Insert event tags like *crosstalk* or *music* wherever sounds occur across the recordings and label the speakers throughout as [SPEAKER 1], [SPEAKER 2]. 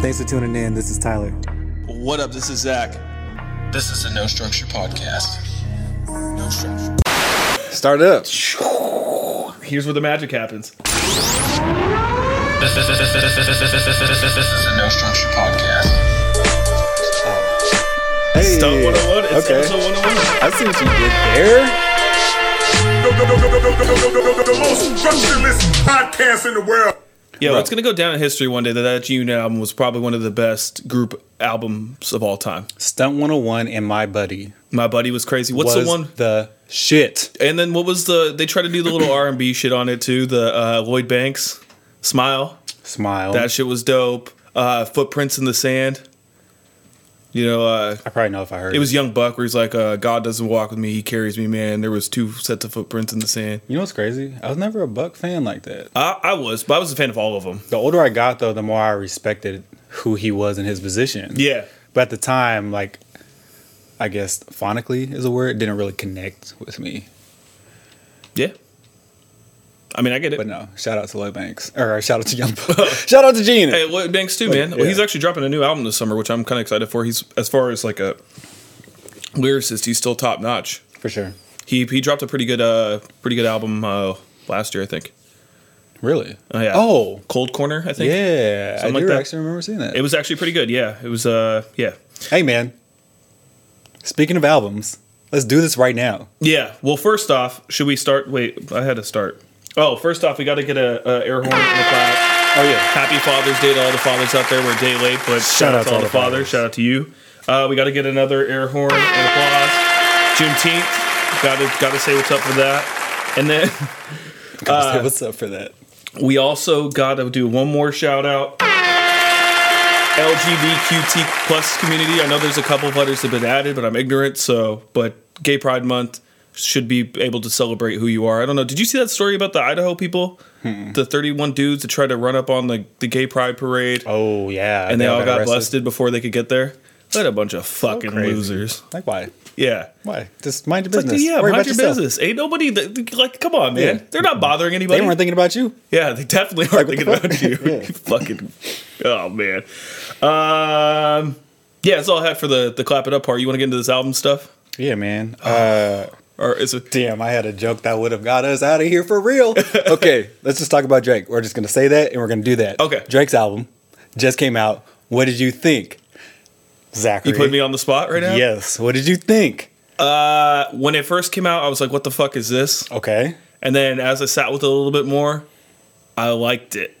[SPEAKER 1] Thanks for tuning in. This is Tyler.
[SPEAKER 2] What up? This is Zach. This is a No Structure podcast. No structure.
[SPEAKER 3] Start it up.
[SPEAKER 4] Here's where the magic happens.
[SPEAKER 2] This, this, this, this, this, this, this, this, this, this, this, this, this is a No Structure podcast.
[SPEAKER 3] Hey.
[SPEAKER 4] Stunt 101. It's
[SPEAKER 3] okay.
[SPEAKER 4] episode 101.
[SPEAKER 3] I see what you did there.
[SPEAKER 5] The most structureless podcast in the world.
[SPEAKER 4] Yo,
[SPEAKER 3] Right.
[SPEAKER 4] it's gonna go down in history one day that that Junior album was probably one of the best group albums of all time.
[SPEAKER 3] Stunt 101 and my buddy.
[SPEAKER 4] My buddy was crazy. What's
[SPEAKER 3] was
[SPEAKER 4] the one?
[SPEAKER 3] The shit.
[SPEAKER 4] And then what was the? They tried to do the little R and B *clears throat* shit on it too. The uh, Lloyd Banks smile.
[SPEAKER 3] Smile.
[SPEAKER 4] That shit was dope. Uh, Footprints in the sand. You know, uh,
[SPEAKER 3] I probably know if I heard
[SPEAKER 4] it was Young Buck where he's like, uh, "God doesn't walk with me; He carries me, man." There was two sets of footprints in the sand.
[SPEAKER 3] You know what's crazy? I was never a Buck fan like that.
[SPEAKER 4] I, I was, but I was a fan of all of them.
[SPEAKER 3] The older I got, though, the more I respected who he was in his position.
[SPEAKER 4] Yeah,
[SPEAKER 3] But at the time, like, I guess phonically is a word, it didn't really connect with me.
[SPEAKER 4] yeah. I mean, I get it.
[SPEAKER 3] But no, shout out to Lloyd Banks. Or uh, shout out to Young
[SPEAKER 4] *laughs*
[SPEAKER 3] Buck. shout out to Gene.
[SPEAKER 4] Hey, well, thanks too, man. Well, he's actually dropping a new album this summer, which I'm kind of excited for. He's as far as like a lyricist, he's still top notch.
[SPEAKER 3] For sure.
[SPEAKER 4] He he dropped a pretty good uh pretty good album uh last year, I think.
[SPEAKER 3] Really?
[SPEAKER 4] Oh yeah.
[SPEAKER 3] Oh,
[SPEAKER 4] Cold Corner, I think.
[SPEAKER 3] yeah. I
[SPEAKER 4] Something like
[SPEAKER 3] do
[SPEAKER 4] that.
[SPEAKER 3] actually remember seeing that.
[SPEAKER 4] It was actually pretty good. Yeah, it was. Uh, yeah,
[SPEAKER 3] Hey man. Speaking of albums, let's do this right now.
[SPEAKER 4] yeah. Well, first off, should we start? Wait, I had to start. Oh, first off, we got to get a, a air horn in the cloud.
[SPEAKER 3] Oh *laughs* yeah.
[SPEAKER 4] Happy Father's Day to all the fathers out there. We're a day late, but shout, out to all the fathers. Shout out to you. Uh, we got to get another air horn and applause. Juneteenth. Got to got to say what's up for that. And then *laughs* Uh,
[SPEAKER 3] what's up for that?
[SPEAKER 4] we also got to do one more shout out. LGBTQ plus community. I know there's a couple of letters that have been added, but I'm ignorant. So, but Gay Pride Month should be able to celebrate who you are. I don't know. Did you see that story about the Idaho people?
[SPEAKER 3] Hmm.
[SPEAKER 4] The 31 dudes that tried to run up on the, the Gay Pride parade
[SPEAKER 3] Oh yeah.
[SPEAKER 4] and they all got
[SPEAKER 3] arrested.
[SPEAKER 4] busted before they could get there. What a bunch of fucking
[SPEAKER 3] crazy.
[SPEAKER 4] losers.
[SPEAKER 3] Like why?
[SPEAKER 4] Yeah.
[SPEAKER 3] Why? Just mind your
[SPEAKER 4] It's like,
[SPEAKER 3] business.
[SPEAKER 4] yeah,
[SPEAKER 3] Worry about
[SPEAKER 4] mind your
[SPEAKER 3] yourself.
[SPEAKER 4] business. Ain't nobody, that, like, come on, man.
[SPEAKER 3] Yeah.
[SPEAKER 4] They're not bothering
[SPEAKER 3] They
[SPEAKER 4] anybody.
[SPEAKER 3] weren't thinking about you.
[SPEAKER 4] yeah, they definitely aren't
[SPEAKER 3] Like,
[SPEAKER 4] thinking
[SPEAKER 3] what the
[SPEAKER 4] about you.
[SPEAKER 3] fuck?
[SPEAKER 4] You
[SPEAKER 3] *laughs*
[SPEAKER 4] *laughs* fucking, oh, man. Um, yeah, that's all I had for the, the clap it up part. You want to get into this album stuff?
[SPEAKER 3] Yeah,
[SPEAKER 4] *sighs*
[SPEAKER 3] man. Uh,
[SPEAKER 4] Or is it?
[SPEAKER 3] damn, I had a joke that would have got us out of here for
[SPEAKER 4] *laughs*
[SPEAKER 3] real. okay, let's just talk about Drake. We're just gonna say that and we're gonna do that.
[SPEAKER 4] Okay.
[SPEAKER 3] Drake's album just came out. What did you think? Zachary.
[SPEAKER 4] You put me on the spot right now?
[SPEAKER 3] Yes. What did you think?
[SPEAKER 4] Uh, when it first came out, I was like, what the fuck is this?
[SPEAKER 3] Okay.
[SPEAKER 4] And then as I sat with it a little bit more, I liked it.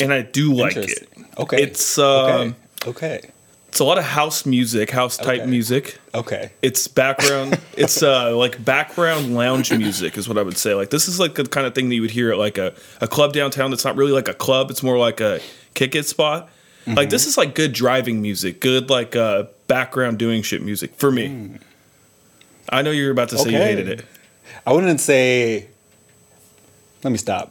[SPEAKER 4] And I do like it.
[SPEAKER 3] Interesting. Okay.
[SPEAKER 4] It's, um,
[SPEAKER 3] okay. Okay.
[SPEAKER 4] It's a lot of house music, house type
[SPEAKER 3] Okay.
[SPEAKER 4] music.
[SPEAKER 3] Okay. *laughs*
[SPEAKER 4] It's background. it's uh, like background lounge music is what I would say. Like this is like the kind of thing that you would hear at like a, a club downtown. That's not really like a club. It's more like a kick it spot.
[SPEAKER 3] Mm-hmm.
[SPEAKER 4] Like this is like good driving music, good like uh, background doing shit music for me. I know you're about to say you
[SPEAKER 3] Mm. Okay.
[SPEAKER 4] hated it.
[SPEAKER 3] I wouldn't say. Let me stop.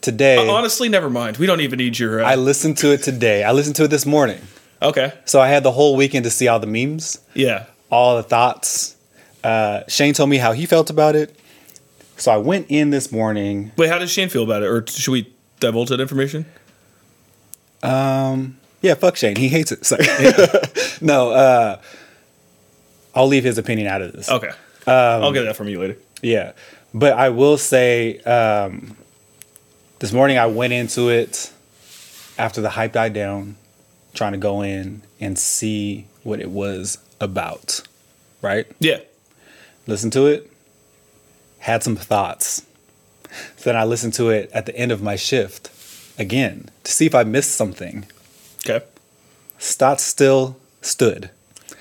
[SPEAKER 3] Today,
[SPEAKER 4] Uh, Honestly, never mind. We don't even need your.
[SPEAKER 3] I
[SPEAKER 4] Uh,
[SPEAKER 3] listened to it today. I listened to it this morning.
[SPEAKER 4] okay.
[SPEAKER 3] So I had the whole weekend to see all the memes,
[SPEAKER 4] Yeah.
[SPEAKER 3] all the thoughts. Uh, Shane told me how he felt about it. So I went in this morning.
[SPEAKER 4] Wait, how does Shane feel about it? Or should we divulge that information?
[SPEAKER 3] Yeah, fuck Shane. He hates it. So. *laughs* no, uh, I'll leave his opinion out of this.
[SPEAKER 4] Okay.
[SPEAKER 3] Um,
[SPEAKER 4] I'll get that from you later.
[SPEAKER 3] Yeah, but I will say um, this morning I went into it after the hype died down, trying to go in and see what it was about. Right,
[SPEAKER 4] Yeah.
[SPEAKER 3] listen to it, had some thoughts. Then I listened to it at the end of my shift again to see if I missed something.
[SPEAKER 4] Okay.
[SPEAKER 3] Stott still stood.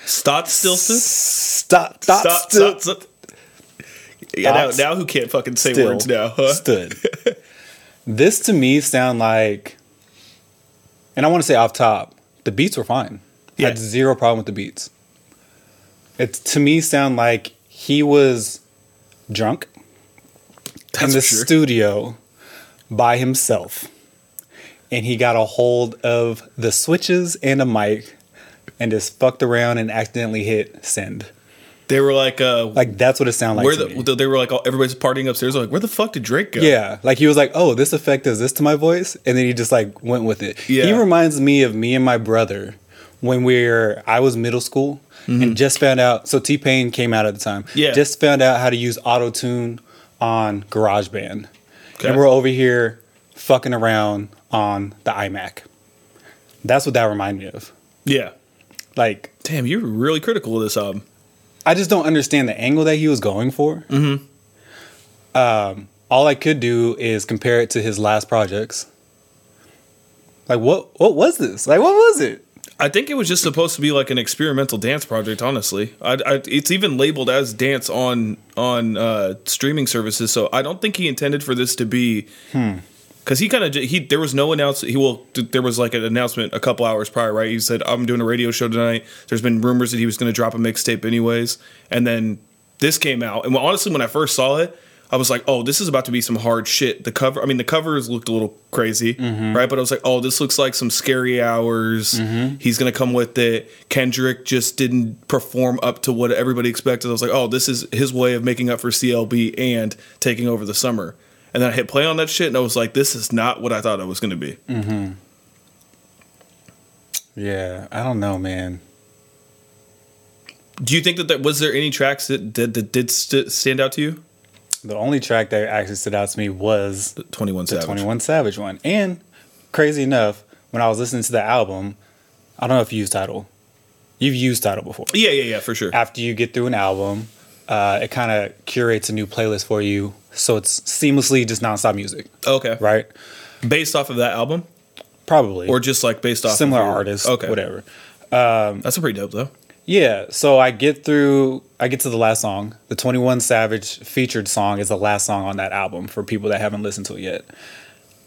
[SPEAKER 4] Stott Stilson?
[SPEAKER 3] Stott, thought still
[SPEAKER 4] Stott, Stott. Yeah, now,
[SPEAKER 3] Stott
[SPEAKER 4] now who can't fucking say
[SPEAKER 3] still
[SPEAKER 4] words now? Huh? *laughs*
[SPEAKER 3] Stood. this to me sound like, and I want to say off top, the beats were fine. I had
[SPEAKER 4] Yeah.
[SPEAKER 3] zero problem with the beats. It to me sound like he was drunk in
[SPEAKER 4] That's
[SPEAKER 3] the
[SPEAKER 4] for sure.
[SPEAKER 3] studio by himself, and he got a hold of the switches and a mic, and just fucked around and accidentally hit send.
[SPEAKER 4] They were like, uh,
[SPEAKER 3] Like that's what it sounded like.
[SPEAKER 4] where
[SPEAKER 3] to me.
[SPEAKER 4] the, they were like, all, everybody's partying upstairs. Like, where the fuck did Drake go?
[SPEAKER 3] yeah, like he was like, "Oh, this effect does this to my voice," and then he just like went with it.
[SPEAKER 4] Yeah.
[SPEAKER 3] He reminds me of me and my brother when we are I was middle school and just found out. So T Pain came out at the time.
[SPEAKER 4] Mm-hmm. Yeah.
[SPEAKER 3] just found out how to use auto tune on GarageBand,
[SPEAKER 4] Okay.
[SPEAKER 3] and we're over here fucking around on the iMac. That's what that reminded me of.
[SPEAKER 4] yeah.
[SPEAKER 3] Like
[SPEAKER 4] Damn, you're really critical of this um, album.
[SPEAKER 3] I just don't understand the angle that he was going for. Um, all I could do is compare it to his last projects. Like what? What was this? Like what was it?
[SPEAKER 4] I think it was just supposed to be like an experimental dance project. Honestly, I, I, it's even labeled as dance on on uh, streaming services. So I don't think he intended for this to be. Because he kind of he there was no announcement. He will there was like an announcement a couple hours prior, right? He said I'm doing a radio show tonight. There's been rumors that he was going to drop a mixtape anyways, and then this came out. And honestly, when I first saw it. I was like, oh, this is about to be some hard shit. The cover, I mean, the covers looked a little crazy,
[SPEAKER 3] Mm-hmm.
[SPEAKER 4] right? But I was like, oh, this looks like some scary hours.
[SPEAKER 3] Mm-hmm.
[SPEAKER 4] He's going to come with it. Kendrick just didn't perform up to what everybody expected. I was like, oh, this is his way of making up for CLB and taking over the summer. And then I hit play on that shit and I was like, this is not what I thought it was going to be.
[SPEAKER 3] Yeah, I don't know, man.
[SPEAKER 4] Do you think that, that was there any tracks that, that, that did st- stand out to you?
[SPEAKER 3] The only track that actually stood out to me was
[SPEAKER 4] The 21
[SPEAKER 3] the
[SPEAKER 4] Savage.
[SPEAKER 3] Twenty One Savage one. And crazy enough, when I was listening to the album, I don't know if you used title. You've used title before.
[SPEAKER 4] Yeah, yeah, yeah, for sure.
[SPEAKER 3] after you get through an album, uh, it kind of curates a new playlist for you. So it's seamlessly just nonstop music,
[SPEAKER 4] Okay. Right.
[SPEAKER 3] right?
[SPEAKER 4] Based off of that album
[SPEAKER 3] Probably.
[SPEAKER 4] or just like based off of
[SPEAKER 3] similar
[SPEAKER 4] your-
[SPEAKER 3] artists,
[SPEAKER 4] Okay.
[SPEAKER 3] whatever.
[SPEAKER 4] That's pretty dope though.
[SPEAKER 3] Yeah, so I get through, I get to the last song. The 21 Savage featured song is the last song on that album for people that haven't listened to it yet.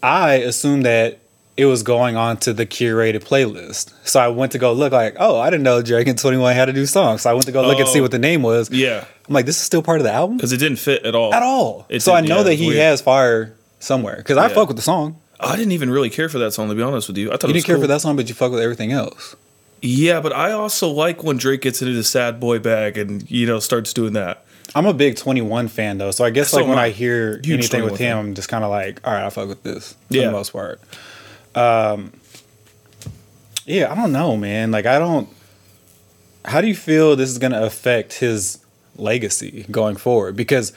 [SPEAKER 3] I assumed that it was going on to the curated playlist. So I went to go look, like, oh, I didn't know Drake and 21 had a new song. So I went to go look and see
[SPEAKER 4] Oh.
[SPEAKER 3] what the name was.
[SPEAKER 4] Yeah.
[SPEAKER 3] I'm like, this is still part of the album?
[SPEAKER 4] Because it didn't fit at all.
[SPEAKER 3] at all.
[SPEAKER 4] It
[SPEAKER 3] so I
[SPEAKER 4] didn't-
[SPEAKER 3] know
[SPEAKER 4] yeah,
[SPEAKER 3] that
[SPEAKER 4] it's
[SPEAKER 3] he
[SPEAKER 4] weird.
[SPEAKER 3] has fire somewhere because I
[SPEAKER 4] Yeah.
[SPEAKER 3] fuck with the song.
[SPEAKER 4] I didn't even really care for that song to be honest with you. I thought
[SPEAKER 3] You
[SPEAKER 4] it was
[SPEAKER 3] didn't care
[SPEAKER 4] cool.
[SPEAKER 3] for that song, but you fuck with everything else.
[SPEAKER 4] Yeah, but I also like when Drake gets into the sad boy bag and you know starts doing that.
[SPEAKER 3] I'm a big 21 fan though, so I guess
[SPEAKER 4] So
[SPEAKER 3] like when
[SPEAKER 4] am I.
[SPEAKER 3] I hear
[SPEAKER 4] Huge
[SPEAKER 3] anything
[SPEAKER 4] 21
[SPEAKER 3] with
[SPEAKER 4] fan.
[SPEAKER 3] him, I'm just kind of like, all right, I fuck with this for
[SPEAKER 4] Yeah.
[SPEAKER 3] the most part. Um, yeah, I don't know, man. Like I don't. How do you feel this is going to affect his legacy going forward? Because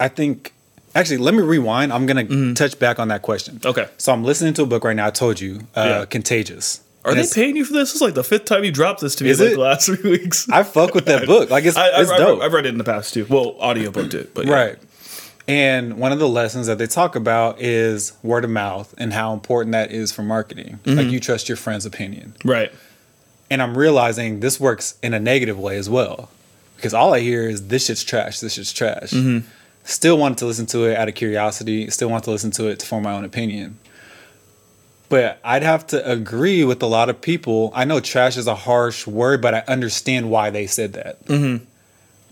[SPEAKER 3] I think actually, let me rewind. I'm going to
[SPEAKER 4] Mm-hmm.
[SPEAKER 3] touch back on that question.
[SPEAKER 4] Okay.
[SPEAKER 3] So I'm listening to a book right now. I told you, uh,
[SPEAKER 4] Yeah.
[SPEAKER 3] Contagious.
[SPEAKER 4] Are
[SPEAKER 3] And
[SPEAKER 4] they
[SPEAKER 3] it's-
[SPEAKER 4] paying you for this? This is like the fifth time you dropped this to me
[SPEAKER 3] Is
[SPEAKER 4] in like
[SPEAKER 3] it?
[SPEAKER 4] the last three weeks.
[SPEAKER 3] I fuck with that book. Like it's,
[SPEAKER 4] *laughs* I,
[SPEAKER 3] it's
[SPEAKER 4] I've,
[SPEAKER 3] dope,
[SPEAKER 4] I've read it in the past too. Well, audiobooked it, but yeah.
[SPEAKER 3] right? And one of the lessons that they talk about is word of mouth and how important that is for marketing.
[SPEAKER 4] Mm-hmm.
[SPEAKER 3] Like you trust your friend's opinion.
[SPEAKER 4] right.
[SPEAKER 3] And I'm realizing this works in a negative way as well, because all I hear is this shit's trash. This shit's trash. Still wanted to listen to it out of curiosity. Still want to listen to it to form my own opinion. But I'd have to agree with a lot of people. I know trash is a harsh word, but I understand why they said that.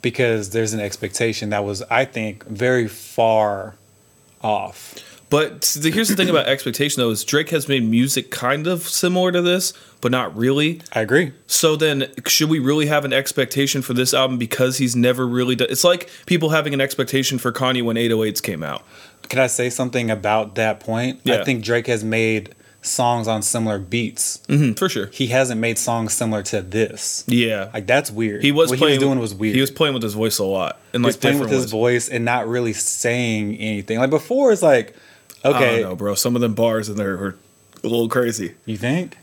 [SPEAKER 3] Because there's an expectation that was, I think, very far off.
[SPEAKER 4] But see, the- here's the thing about expectation though: is Drake has made music kind of similar to this, but not really.
[SPEAKER 3] I agree.
[SPEAKER 4] So then, should we really have an expectation for this album because he's never really done? It's like people having an expectation for Kanye when 808s came out.
[SPEAKER 3] Can I say something about that point?
[SPEAKER 4] Yeah.
[SPEAKER 3] I think Drake has made songs on similar beats.
[SPEAKER 4] Mm, for sure.
[SPEAKER 3] He hasn't made songs similar to this.
[SPEAKER 4] Yeah,
[SPEAKER 3] Like that's weird.
[SPEAKER 4] he was
[SPEAKER 3] what
[SPEAKER 4] playing.
[SPEAKER 3] he was doing was weird.
[SPEAKER 4] He was playing with his voice a lot, and
[SPEAKER 3] He was
[SPEAKER 4] like
[SPEAKER 3] playing
[SPEAKER 4] different
[SPEAKER 3] with his
[SPEAKER 4] ways.
[SPEAKER 3] voice and not really saying anything. Like before, it's like,
[SPEAKER 4] I
[SPEAKER 3] okay,
[SPEAKER 4] don't know, bro. Some of them bars in there were a little crazy.
[SPEAKER 3] you think?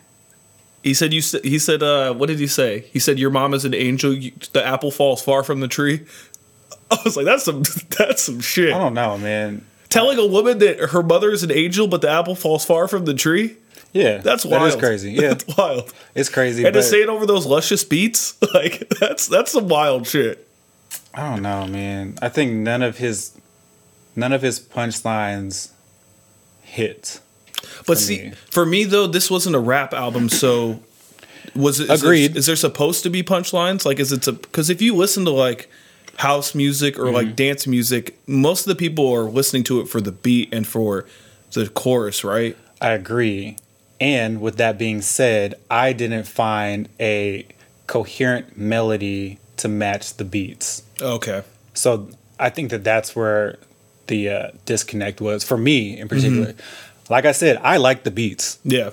[SPEAKER 4] He said, "You." s- He said, uh, "What did he say?" He said, "Your mom is an angel. You, the apple falls far from the tree." *laughs* I was like, "That's some. *laughs* That's some shit."
[SPEAKER 3] I don't know, man.
[SPEAKER 4] Telling a woman that her mother is an angel, but the apple falls far from the tree.
[SPEAKER 3] Yeah,
[SPEAKER 4] That's
[SPEAKER 3] that
[SPEAKER 4] wild.
[SPEAKER 3] is crazy. Yeah,
[SPEAKER 4] *laughs* that's wild.
[SPEAKER 3] it's crazy.
[SPEAKER 4] And
[SPEAKER 3] But
[SPEAKER 4] to say it over those luscious beats, *laughs* like that's that's some wild shit.
[SPEAKER 3] I don't know, man. I think none of his, none of his punchlines hit. for
[SPEAKER 4] But see,
[SPEAKER 3] me.
[SPEAKER 4] for me though, this wasn't a rap album, so was it is there-
[SPEAKER 3] Agreed.
[SPEAKER 4] is there supposed to be punchlines? Like, is it because if you listen to like house music or
[SPEAKER 3] Mm-hmm.
[SPEAKER 4] like dance music, most of the people are listening to it for the beat and for the chorus, right?
[SPEAKER 3] I agree. And with that being said, I didn't find a coherent melody to match the beats.
[SPEAKER 4] Okay.
[SPEAKER 3] So I think that that's where the uh, disconnect was for me
[SPEAKER 4] Mm-hmm.
[SPEAKER 3] in particular. Like I said, I like the beats.
[SPEAKER 4] Yeah.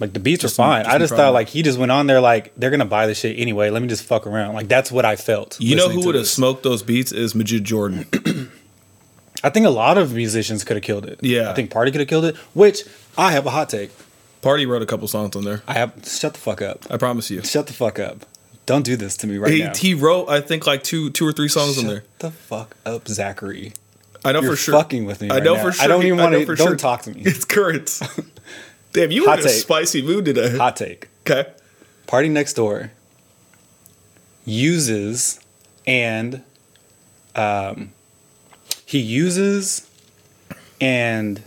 [SPEAKER 3] Like the beats
[SPEAKER 4] Just
[SPEAKER 3] were
[SPEAKER 4] some-
[SPEAKER 3] fine.
[SPEAKER 4] just
[SPEAKER 3] I
[SPEAKER 4] some
[SPEAKER 3] just
[SPEAKER 4] problem.
[SPEAKER 3] thought like he just went on there like they're gonna buy this shit anyway. Let me just fuck around. Like that's what I felt.
[SPEAKER 4] You know
[SPEAKER 3] listening
[SPEAKER 4] who
[SPEAKER 3] to
[SPEAKER 4] would have
[SPEAKER 3] this.
[SPEAKER 4] smoked those beats is Majid
[SPEAKER 3] *clears throat*
[SPEAKER 4] Jordan.
[SPEAKER 3] I think a lot of musicians could have killed it.
[SPEAKER 4] Yeah.
[SPEAKER 3] I think Party could have killed it. Which I have a hot take.
[SPEAKER 4] Party wrote a couple songs on there.
[SPEAKER 3] I have shut the fuck up.
[SPEAKER 4] I promise you.
[SPEAKER 3] Shut the fuck up. Don't do this to me right
[SPEAKER 4] he,
[SPEAKER 3] now.
[SPEAKER 4] he wrote I think like two two or three songs
[SPEAKER 3] shut
[SPEAKER 4] on there.
[SPEAKER 3] the fuck up, Zachary.
[SPEAKER 4] I know
[SPEAKER 3] You're
[SPEAKER 4] for sure.
[SPEAKER 3] fucking with me.
[SPEAKER 4] I
[SPEAKER 3] right
[SPEAKER 4] know
[SPEAKER 3] now.
[SPEAKER 4] for sure.
[SPEAKER 3] I don't
[SPEAKER 4] he-
[SPEAKER 3] even
[SPEAKER 4] I
[SPEAKER 3] want
[SPEAKER 4] know
[SPEAKER 3] to.
[SPEAKER 4] for
[SPEAKER 3] Don't
[SPEAKER 4] sure.
[SPEAKER 3] talk to me. *laughs*
[SPEAKER 4] It's current. Damn, you were
[SPEAKER 3] Hot
[SPEAKER 4] in a
[SPEAKER 3] take.
[SPEAKER 4] spicy mood today.
[SPEAKER 3] Hot take.
[SPEAKER 4] Okay.
[SPEAKER 3] Party next door uses and um, he uses and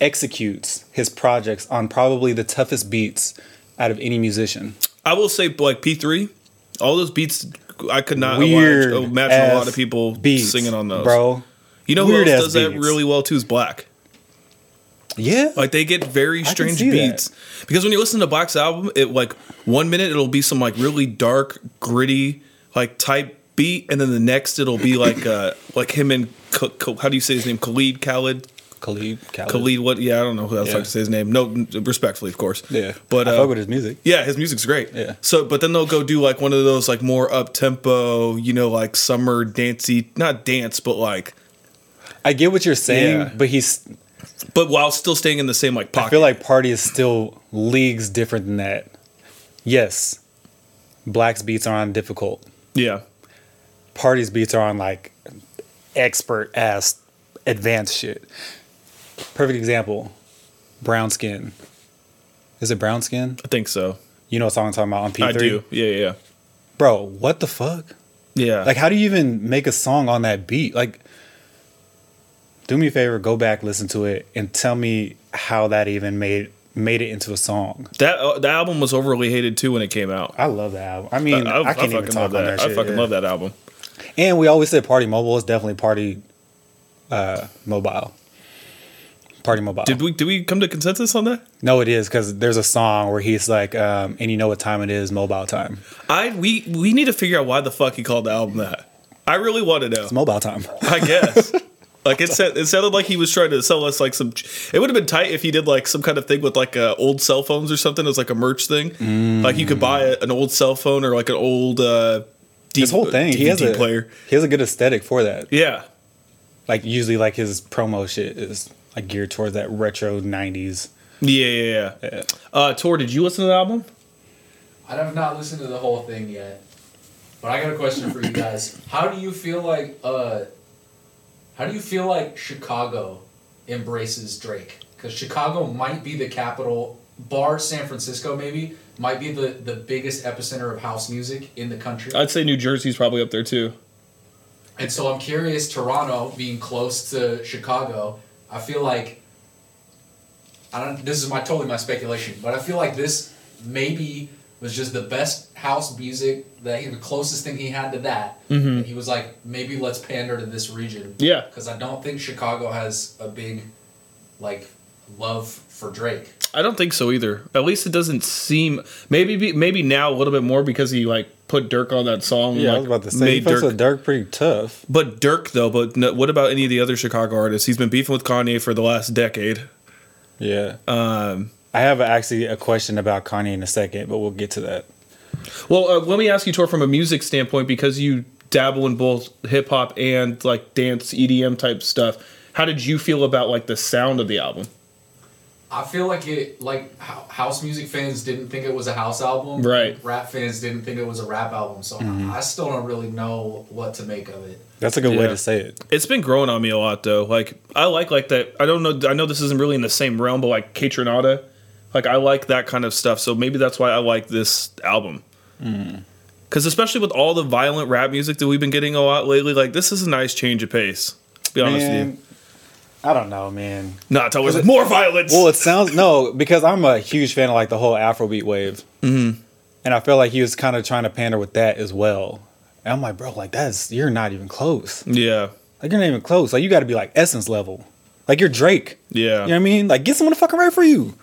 [SPEAKER 3] executes his projects on probably the toughest beats out of any musician.
[SPEAKER 4] I will say like P three, all those beats I could not
[SPEAKER 3] Weird
[SPEAKER 4] imagine, imagine a lot
[SPEAKER 3] ass
[SPEAKER 4] of people
[SPEAKER 3] beats,
[SPEAKER 4] Oh, singing on those.
[SPEAKER 3] bro.
[SPEAKER 4] you know who else
[SPEAKER 3] Weird ass
[SPEAKER 4] does that
[SPEAKER 3] beats.
[SPEAKER 4] really well too is Black.
[SPEAKER 3] Yeah,
[SPEAKER 4] Like they get very
[SPEAKER 3] can
[SPEAKER 4] strange
[SPEAKER 3] see that.
[SPEAKER 4] beats because when you listen to Black's album, it like one minute it'll be some like really dark, gritty like type beat, and then the next it'll
[SPEAKER 3] *coughs*
[SPEAKER 4] be like uh like him and K- K- how do you say his name Khalid Khalid
[SPEAKER 3] Khalid. Khalid.
[SPEAKER 4] Khalid what yeah I don't know who else
[SPEAKER 3] Yeah.
[SPEAKER 4] like to say his name no n- respectfully of course
[SPEAKER 3] Yeah,
[SPEAKER 4] but
[SPEAKER 3] I
[SPEAKER 4] uh,
[SPEAKER 3] fuck with his music.
[SPEAKER 4] yeah his music's great
[SPEAKER 3] Yeah.
[SPEAKER 4] so but then they'll go do like one of those like more up tempo you know like summer dancey not dance but like
[SPEAKER 3] I get what you're saying,
[SPEAKER 4] Yeah.
[SPEAKER 3] but he's.
[SPEAKER 4] but while still staying in the same like pocket
[SPEAKER 3] I feel like Party is still leagues different than that. Yes, Black's beats are on difficult.
[SPEAKER 4] yeah
[SPEAKER 3] Party's beats are on like expert ass advanced shit. Perfect example, Brown Skin. Is it Brown Skin?
[SPEAKER 4] I think so
[SPEAKER 3] You know what song I'm talking about on P3?
[SPEAKER 4] I do yeah yeah yeah.
[SPEAKER 3] Bro, what the fuck?
[SPEAKER 4] Yeah.
[SPEAKER 3] Like, how do you even make a song on that beat? Like, do me a favor, go back, listen to it, and tell me how that even made made it into a song.
[SPEAKER 4] that uh, that album was overly hated too when it came out.
[SPEAKER 3] I love that album. I mean, I, can't even talk
[SPEAKER 4] love
[SPEAKER 3] on that.
[SPEAKER 4] that.
[SPEAKER 3] shit,
[SPEAKER 4] I fucking
[SPEAKER 3] yeah.
[SPEAKER 4] love that album.
[SPEAKER 3] And we always say Party Mobile is definitely Party uh, Mobile. Party Mobile.
[SPEAKER 4] Did we did we come to consensus on that?
[SPEAKER 3] no, it is because there's a song where he's like, um, and you know what time it is, mobile time.
[SPEAKER 4] I we we need to figure out why the fuck he called the album that. I really want to know.
[SPEAKER 3] It's mobile time. *laughs*
[SPEAKER 4] I guess. Like it said, it sounded like he was trying to sell us like some. It would have been tight if he did like some kind of thing with like uh, old cell phones or something. It was like a merch thing.
[SPEAKER 3] Mm.
[SPEAKER 4] Like you could buy a, an old cell phone or like an old uh, D-
[SPEAKER 3] This whole thing,
[SPEAKER 4] DVD
[SPEAKER 3] he has a
[SPEAKER 4] player.
[SPEAKER 3] he has a good aesthetic for that.
[SPEAKER 4] Yeah,
[SPEAKER 3] Like usually, like his promo shit is like geared towards that retro '90s.
[SPEAKER 4] yeah, yeah. yeah.
[SPEAKER 3] Yeah.
[SPEAKER 4] Uh, Tor, did you listen to the album?
[SPEAKER 1] I have not listened to the whole thing yet, but I got a question for you guys. How do you feel like uh, how do you feel like Chicago embraces Drake? Because Chicago might be the capital, bar San Francisco maybe might be the the biggest epicenter of house music in the country.
[SPEAKER 4] I'd say New Jersey's probably up there too.
[SPEAKER 1] And so I'm curious, Toronto being close to Chicago, I feel like I don't this is my totally my speculation, but I feel like this maybe was just the best house music that he the closest thing he had to that. And he was like, maybe let's pander to this region.
[SPEAKER 4] Yeah.
[SPEAKER 1] Because I don't think Chicago has a big like love for Drake.
[SPEAKER 4] I don't think so either. At least it doesn't seem. Maybe be- maybe now a little bit more because he like put Dirk on that song.
[SPEAKER 3] Yeah,
[SPEAKER 4] like,
[SPEAKER 3] I was about to say he fucks with Dirk pretty tough.
[SPEAKER 4] But Dirk though, but no, what about any of the other Chicago artists? He's been beefing with Kanye for the last decade.
[SPEAKER 3] Yeah. Um, I have actually a question about Kanye in a second, but we'll get to that.
[SPEAKER 4] Well, uh, let me ask you, Tor, from a music standpoint, because you dabble in both hip hop and like dance EDM type stuff. How did you feel about like the sound of the album?
[SPEAKER 1] I feel like it, like hou- house music fans didn't think it was a house album.
[SPEAKER 4] Right.
[SPEAKER 1] Rap fans didn't think it was a rap album. So I still don't really know what to make of it.
[SPEAKER 3] That's a good way
[SPEAKER 4] Yeah.
[SPEAKER 3] to say it.
[SPEAKER 4] It's been growing on me a lot though. Like I like like that. I don't know. I know this isn't really in the same realm, but like Catronata, like I like that kind of stuff. So maybe that's why I like this album.
[SPEAKER 3] Hmm.
[SPEAKER 4] Because especially with all the violent rap music that we've been getting a lot lately, like this is a nice change of pace. To be honest with
[SPEAKER 3] Man,
[SPEAKER 4] you.
[SPEAKER 3] I don't know, man.
[SPEAKER 4] No, it's always like, more violence.
[SPEAKER 3] Well, it sounds no, because I'm a huge fan of like the whole Afrobeat wave, mm-hmm. and I feel like he was kind of trying to pander with that as well. And I'm like, bro, like that's you're not even close.
[SPEAKER 4] yeah,
[SPEAKER 3] Like you're not even close. Like you got to be like Essence level. Like you're Drake.
[SPEAKER 4] yeah.
[SPEAKER 3] You know what I mean? Like get someone to fucking write for you.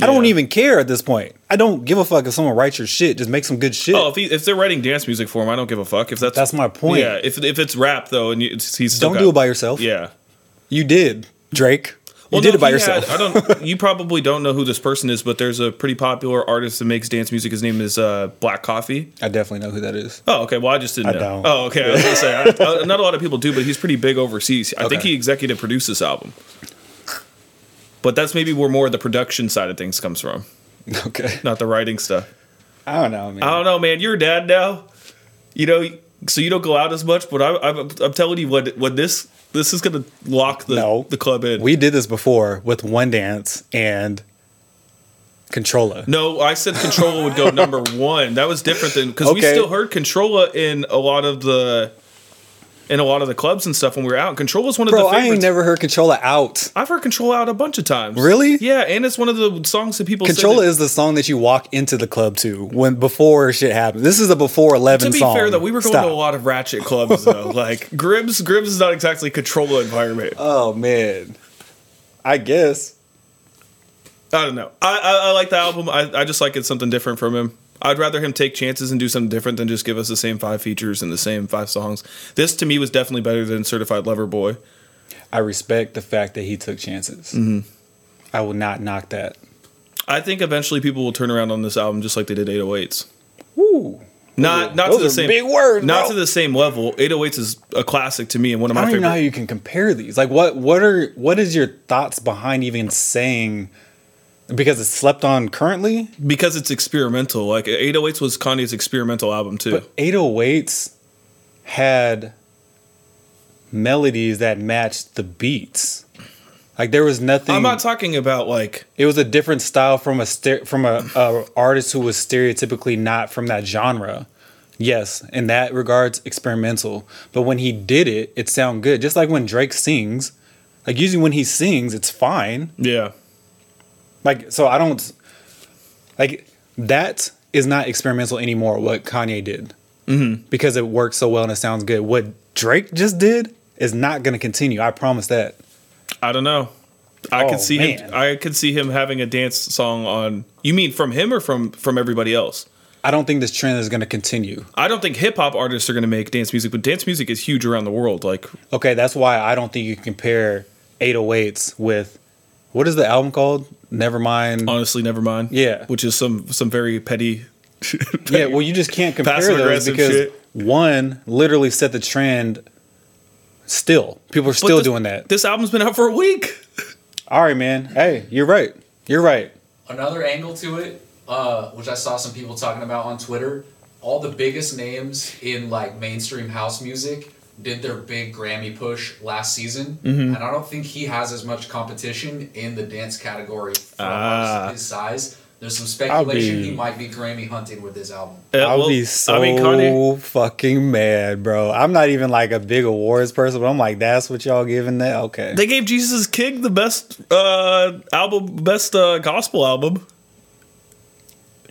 [SPEAKER 3] I don't even care at this point. I don't give a fuck if someone writes your shit. Just make some good shit.
[SPEAKER 4] Oh, if, he, if they're writing dance music for him, I don't give a fuck. If that's
[SPEAKER 3] That's my point.
[SPEAKER 4] Yeah, if, if it's rap though, and you, it's- he's still
[SPEAKER 3] don't
[SPEAKER 4] got-
[SPEAKER 3] do it by yourself.
[SPEAKER 4] Yeah,
[SPEAKER 3] You did, Drake. You
[SPEAKER 4] Well,
[SPEAKER 3] did
[SPEAKER 4] no,
[SPEAKER 3] it by
[SPEAKER 4] he
[SPEAKER 3] yourself.
[SPEAKER 4] had- I don't. You probably don't know who this person is, but there's a pretty popular artist that makes dance music. His name is uh, Black Coffee.
[SPEAKER 3] I definitely know who that is. *laughs*
[SPEAKER 4] Oh, okay. Well, I just didn't
[SPEAKER 3] I
[SPEAKER 4] know.
[SPEAKER 3] don't.
[SPEAKER 4] Oh, okay. I was gonna say I, I- not a lot of people do, but he's pretty big overseas. I think
[SPEAKER 3] Okay.
[SPEAKER 4] he executive produced this album. But that's maybe where more of the production side of things comes from,
[SPEAKER 3] Okay.
[SPEAKER 4] not the writing stuff.
[SPEAKER 3] I don't know, man.
[SPEAKER 4] I don't know, man. You're a dad now, you know, so you don't go out as much. But I, I'm, I'm telling you, what what this this is gonna lock the
[SPEAKER 3] No.
[SPEAKER 4] the club in.
[SPEAKER 3] We did this before with One Dance and Controller.
[SPEAKER 4] No, I said Controlla would
[SPEAKER 3] *laughs*
[SPEAKER 4] go number one. That was different than because we
[SPEAKER 3] Okay.
[SPEAKER 4] still heard Controlla in a lot of the in a lot of the clubs and stuff when we were out. Controlla's one of
[SPEAKER 3] Bro,
[SPEAKER 4] the
[SPEAKER 3] I
[SPEAKER 4] favorites.
[SPEAKER 3] ain't never heard Controller out.
[SPEAKER 4] I've heard Controlla out a bunch of times.
[SPEAKER 3] Really?
[SPEAKER 4] Yeah, and it's one of the songs that people. say
[SPEAKER 3] Controller
[SPEAKER 4] that-
[SPEAKER 3] is the song that you walk into the club to when before shit happens. This is a before
[SPEAKER 4] To
[SPEAKER 3] eleven
[SPEAKER 4] be
[SPEAKER 3] song.
[SPEAKER 4] fair, though, we were going
[SPEAKER 3] Stop.
[SPEAKER 4] to a lot of ratchet
[SPEAKER 3] *laughs*
[SPEAKER 4] clubs though. like Gribbs, Gribbs is not exactly Controlla environment.
[SPEAKER 3] Oh man, I guess.
[SPEAKER 4] I don't know. I, I, I like the album. I, I just like it's something different from him. I'd rather him take chances and do something different than just give us the same five features and the same five songs. This to me was definitely better than Certified Lover Boy.
[SPEAKER 3] I respect the fact that he took chances.
[SPEAKER 4] Mm-hmm.
[SPEAKER 3] I will not knock that.
[SPEAKER 4] I think eventually people will turn around on this album just like they did 808s.
[SPEAKER 3] Woo.
[SPEAKER 4] Not not
[SPEAKER 3] Oh, Those
[SPEAKER 4] to the
[SPEAKER 3] are
[SPEAKER 4] same
[SPEAKER 3] big words,
[SPEAKER 4] Not
[SPEAKER 3] bro.
[SPEAKER 4] to the same level. 808s is a classic to me and one of
[SPEAKER 3] I
[SPEAKER 4] my
[SPEAKER 3] don't even know how
[SPEAKER 4] favorite.
[SPEAKER 3] you can compare these. Like, what what are what is your thoughts behind even saying? Because it's slept on currently,
[SPEAKER 4] Because it's experimental. Like 808s was Kanye's experimental album too.
[SPEAKER 3] but 808s had melodies that matched the beats. Like there was nothing.
[SPEAKER 4] I'm not talking about like
[SPEAKER 3] it was a different style from a stere- from a, a artist who was stereotypically not from that genre. Yes, in that regards, experimental. But when he did it, it sound good. Just like when Drake sings, like usually when he sings, it's fine.
[SPEAKER 4] yeah.
[SPEAKER 3] Like so, I don't like that is not experimental anymore. What Kanye did
[SPEAKER 4] Mm-hmm.
[SPEAKER 3] because it works so well and it sounds good. What Drake just did is not going to continue. I promise that.
[SPEAKER 4] I don't know. I
[SPEAKER 3] Oh,
[SPEAKER 4] could see
[SPEAKER 3] man.
[SPEAKER 4] him I could see him having a dance song on You mean from him or from from everybody else?
[SPEAKER 3] I don't think this trend is going to continue.
[SPEAKER 4] I don't think hip hop artists are going to make dance music, but dance music is huge around the world. Like
[SPEAKER 3] Okay, that's why I don't think you can compare 808s with what is the album called? Nevermind.
[SPEAKER 4] honestly, never mind.
[SPEAKER 3] Yeah.
[SPEAKER 4] Which is some some very petty *laughs*
[SPEAKER 3] yeah, well, you just can't compare
[SPEAKER 4] Passive
[SPEAKER 3] those
[SPEAKER 4] aggressive
[SPEAKER 3] because
[SPEAKER 4] shit.
[SPEAKER 3] one literally set the trend. Still, people are
[SPEAKER 4] But
[SPEAKER 3] still
[SPEAKER 4] this-
[SPEAKER 3] doing that.
[SPEAKER 4] This album's been out for a week.
[SPEAKER 3] All right, man. Hey, you're right. You're right.
[SPEAKER 1] Another angle to it, uh, which I saw some people talking about on Twitter, all the biggest names in like mainstream house music did their big Grammy push last season, and I don't think he has as much competition in the dance category for
[SPEAKER 4] Ah.
[SPEAKER 1] his size. There's some
[SPEAKER 3] I'll be-
[SPEAKER 1] speculation he might be Grammy hunting with his album.
[SPEAKER 4] Yeah,
[SPEAKER 3] I'll
[SPEAKER 4] well,
[SPEAKER 3] be so
[SPEAKER 4] I mean, Kanye.
[SPEAKER 3] fucking mad, bro. I'm not even like a big awards person, but I'm like, that's what y'all giving that? Okay.
[SPEAKER 4] They gave Jesus King the best uh, album, best uh, gospel album.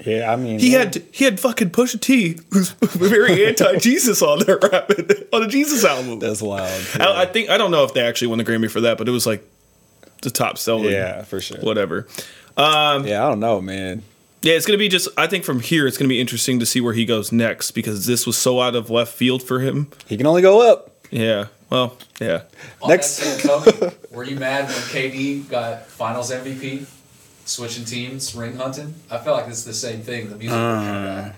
[SPEAKER 3] yeah, I mean,
[SPEAKER 4] He had he had fucking Pusha T, who's *laughs* very anti-Jesus on their rapping *laughs* on a Jesus album.
[SPEAKER 3] that's wild.
[SPEAKER 4] *laughs* I, I think I don't know if they actually won the Grammy for that, but it was like the top selling.
[SPEAKER 3] yeah, for sure.
[SPEAKER 4] Whatever.
[SPEAKER 3] Yeah, I don't know, man.
[SPEAKER 4] Yeah, it's gonna be just. I think from here, it's gonna be interesting to see where he goes next because this was so out of left field for him.
[SPEAKER 3] He can only go up.
[SPEAKER 4] Yeah. Well. Yeah.
[SPEAKER 1] On
[SPEAKER 3] Next.
[SPEAKER 1] that same token,
[SPEAKER 3] *laughs*
[SPEAKER 1] were you mad when KD got Finals MVP, switching teams, ring hunting? I feel like it's the same thing. The music.
[SPEAKER 3] Uh.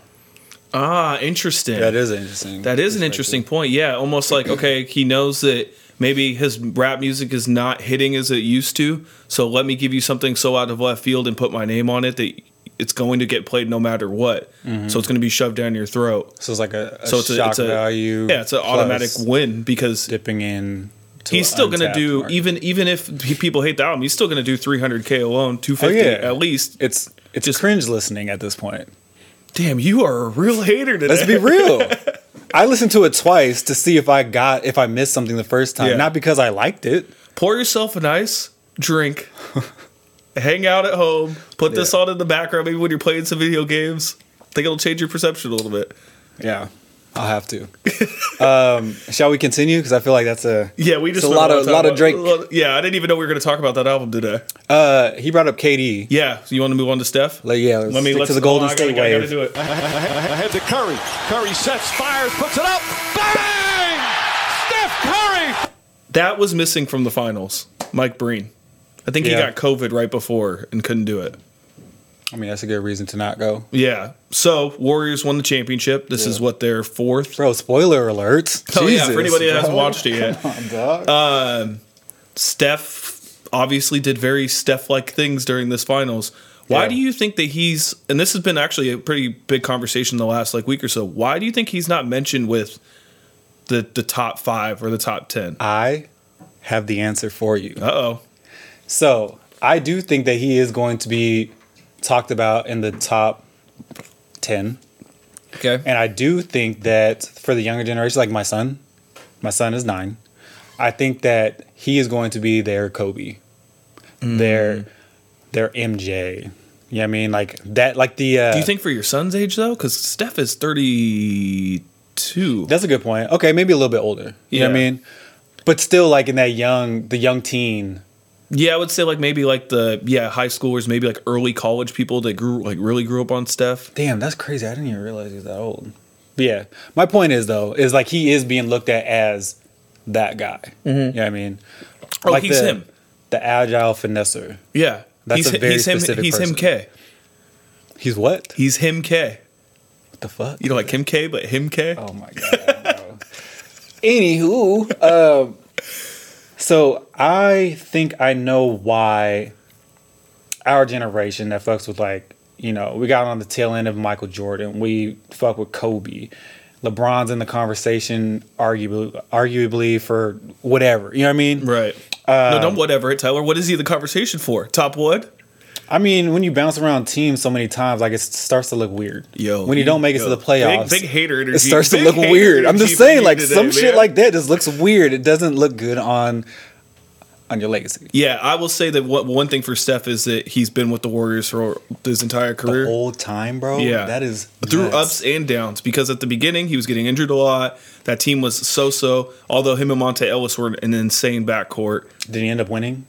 [SPEAKER 4] Ah, interesting.
[SPEAKER 3] That is interesting.
[SPEAKER 4] That is an interesting point. Yeah, almost like okay, he knows that maybe his rap music is not hitting as it used to. So let me give you something so out of left field and put my name on it that it's going to get played no matter what.
[SPEAKER 3] Mm-hmm.
[SPEAKER 4] So it's going to be shoved down your throat.
[SPEAKER 3] So it's like a, a
[SPEAKER 4] So it's a-
[SPEAKER 3] shock
[SPEAKER 4] it's a-
[SPEAKER 3] value.
[SPEAKER 4] Yeah, it's an
[SPEAKER 3] plus
[SPEAKER 4] automatic win because
[SPEAKER 3] dipping in. to
[SPEAKER 4] he's
[SPEAKER 3] an
[SPEAKER 4] still going to
[SPEAKER 3] untapped
[SPEAKER 4] do
[SPEAKER 3] market.
[SPEAKER 4] even even if he- people hate the album, he's still going to do 300k alone, 250
[SPEAKER 3] Oh, yeah.
[SPEAKER 4] at least.
[SPEAKER 3] It's it's
[SPEAKER 4] just-
[SPEAKER 3] cringe listening at this point.
[SPEAKER 4] Damn, you are a real hater today.
[SPEAKER 3] Let's be
[SPEAKER 4] *laughs*
[SPEAKER 3] real. I listened to it twice to see if I got if I missed something the first time,
[SPEAKER 4] Yeah.
[SPEAKER 3] not because I liked it.
[SPEAKER 4] pour yourself a nice
[SPEAKER 3] *laughs*
[SPEAKER 4] drink, hang out at home, put this
[SPEAKER 3] Yeah.
[SPEAKER 4] on in the background, maybe when you're playing some video games. I think it'll change your perception a little bit.
[SPEAKER 3] Yeah, I'll have to. *laughs* um, shall we continue? Because I feel like that's a
[SPEAKER 4] Yeah, we
[SPEAKER 3] it's
[SPEAKER 4] just
[SPEAKER 3] a
[SPEAKER 4] spent
[SPEAKER 3] lot
[SPEAKER 4] long
[SPEAKER 3] of
[SPEAKER 4] time
[SPEAKER 3] lot of
[SPEAKER 4] on-
[SPEAKER 3] Drake.
[SPEAKER 4] a lot- Yeah, I didn't even know we were going to talk about that album today.
[SPEAKER 3] Uh, he brought up KD.
[SPEAKER 4] Yeah, so you want to move on to Steph?
[SPEAKER 3] Like, yeah, let's stick to the Golden
[SPEAKER 4] oh, I gotta-
[SPEAKER 3] State
[SPEAKER 4] I gotta
[SPEAKER 3] wave.
[SPEAKER 4] do it.
[SPEAKER 6] I head to Curry. Curry sets, fires, puts it up. Bang! Steph Curry.
[SPEAKER 4] That was missing from the finals. Mike Breen. I think he
[SPEAKER 3] Yeah.
[SPEAKER 4] got COVID right before and couldn't do it.
[SPEAKER 3] I mean, that's a good reason to not go.
[SPEAKER 4] Yeah. So Warriors won the championship. This is what their fourth.
[SPEAKER 3] Bro, spoiler alert.
[SPEAKER 4] Oh yeah,
[SPEAKER 3] Jesus,
[SPEAKER 4] for anybody that hasn't
[SPEAKER 3] bro.
[SPEAKER 4] watched it
[SPEAKER 3] *laughs*
[SPEAKER 4] yet. Um,
[SPEAKER 3] Dog.
[SPEAKER 4] Steph obviously did very Steph like things during this finals. Why
[SPEAKER 3] Yeah.
[SPEAKER 4] do you think that he's and this has been actually a pretty big conversation the last like week or so. Why do you think he's not mentioned with the the top 5 or the top 10? Uh
[SPEAKER 3] I have the answer for you.
[SPEAKER 4] oh.
[SPEAKER 3] So I do think that he is going to be talked about in the top ten,
[SPEAKER 4] Okay.
[SPEAKER 3] and I do think that for the younger generation, like my son, my son is nine. I think that he is going to be their Kobe,
[SPEAKER 4] Mm.
[SPEAKER 3] their their MJ. Yeah, I mean like that, like the. Uh,
[SPEAKER 4] do you think for your son's age though cuz Steph is 32.
[SPEAKER 3] That's a good point. Okay, maybe a little bit older. You know what I
[SPEAKER 4] Yeah.
[SPEAKER 3] mean? But still like in that young the young teen.
[SPEAKER 4] yeah, I would say like maybe like the yeah, high schoolers, maybe like early college people that grew like really grew up on Steph.
[SPEAKER 3] Damn, that's crazy. I didn't even realize he was that old. But yeah. My point is though, is like he is being looked at as that guy.
[SPEAKER 4] Mm-hmm.
[SPEAKER 3] You know what I mean?
[SPEAKER 4] Oh,
[SPEAKER 3] Like
[SPEAKER 4] he's
[SPEAKER 3] the,
[SPEAKER 4] him.
[SPEAKER 3] The agile finesser.
[SPEAKER 4] Yeah.
[SPEAKER 3] That's
[SPEAKER 4] he's
[SPEAKER 3] a very
[SPEAKER 4] he's him
[SPEAKER 3] specific
[SPEAKER 4] he's him
[SPEAKER 3] person.
[SPEAKER 4] K.
[SPEAKER 3] He's what?
[SPEAKER 4] He's him K.
[SPEAKER 3] What the fuck?
[SPEAKER 4] You know, like Kim K, but him K.
[SPEAKER 3] Oh my god. bro. *laughs* Anywho, um, so I think I know why our generation that fucks with like you know we got on the tail end of Michael Jordan. We fuck with Kobe. LeBron's in the conversation, arguably, arguably for whatever. You know what I mean?
[SPEAKER 4] Right. no,
[SPEAKER 3] Um,
[SPEAKER 4] don't whatever it, Tyler. What is he the conversation for? Top wood?
[SPEAKER 3] I mean, when you bounce around teams so many times, like it starts to look weird.
[SPEAKER 4] Yo,
[SPEAKER 3] when you don't make it to
[SPEAKER 4] yo.
[SPEAKER 3] the playoffs,
[SPEAKER 4] Big- big hater
[SPEAKER 3] It
[SPEAKER 4] energy.
[SPEAKER 3] starts
[SPEAKER 4] Big
[SPEAKER 3] to look
[SPEAKER 4] hater
[SPEAKER 3] weird. *laughs* I'm
[SPEAKER 4] energy
[SPEAKER 3] just
[SPEAKER 4] from
[SPEAKER 3] saying,
[SPEAKER 4] you
[SPEAKER 3] like
[SPEAKER 4] today,
[SPEAKER 3] some
[SPEAKER 4] man.
[SPEAKER 3] shit like that just looks weird. It doesn't look good on on your legacy.
[SPEAKER 4] Yeah, I will say that what, one thing for Steph is that he's been with the Warriors for his entire
[SPEAKER 3] The
[SPEAKER 4] career.
[SPEAKER 3] whole time, bro.
[SPEAKER 4] yeah.
[SPEAKER 3] that is
[SPEAKER 4] Through
[SPEAKER 3] nuts.
[SPEAKER 4] ups and downs because at the beginning he was getting injured a lot. That team was so so, although him and Monte Ellis were an insane backcourt.
[SPEAKER 3] Did you end up winning?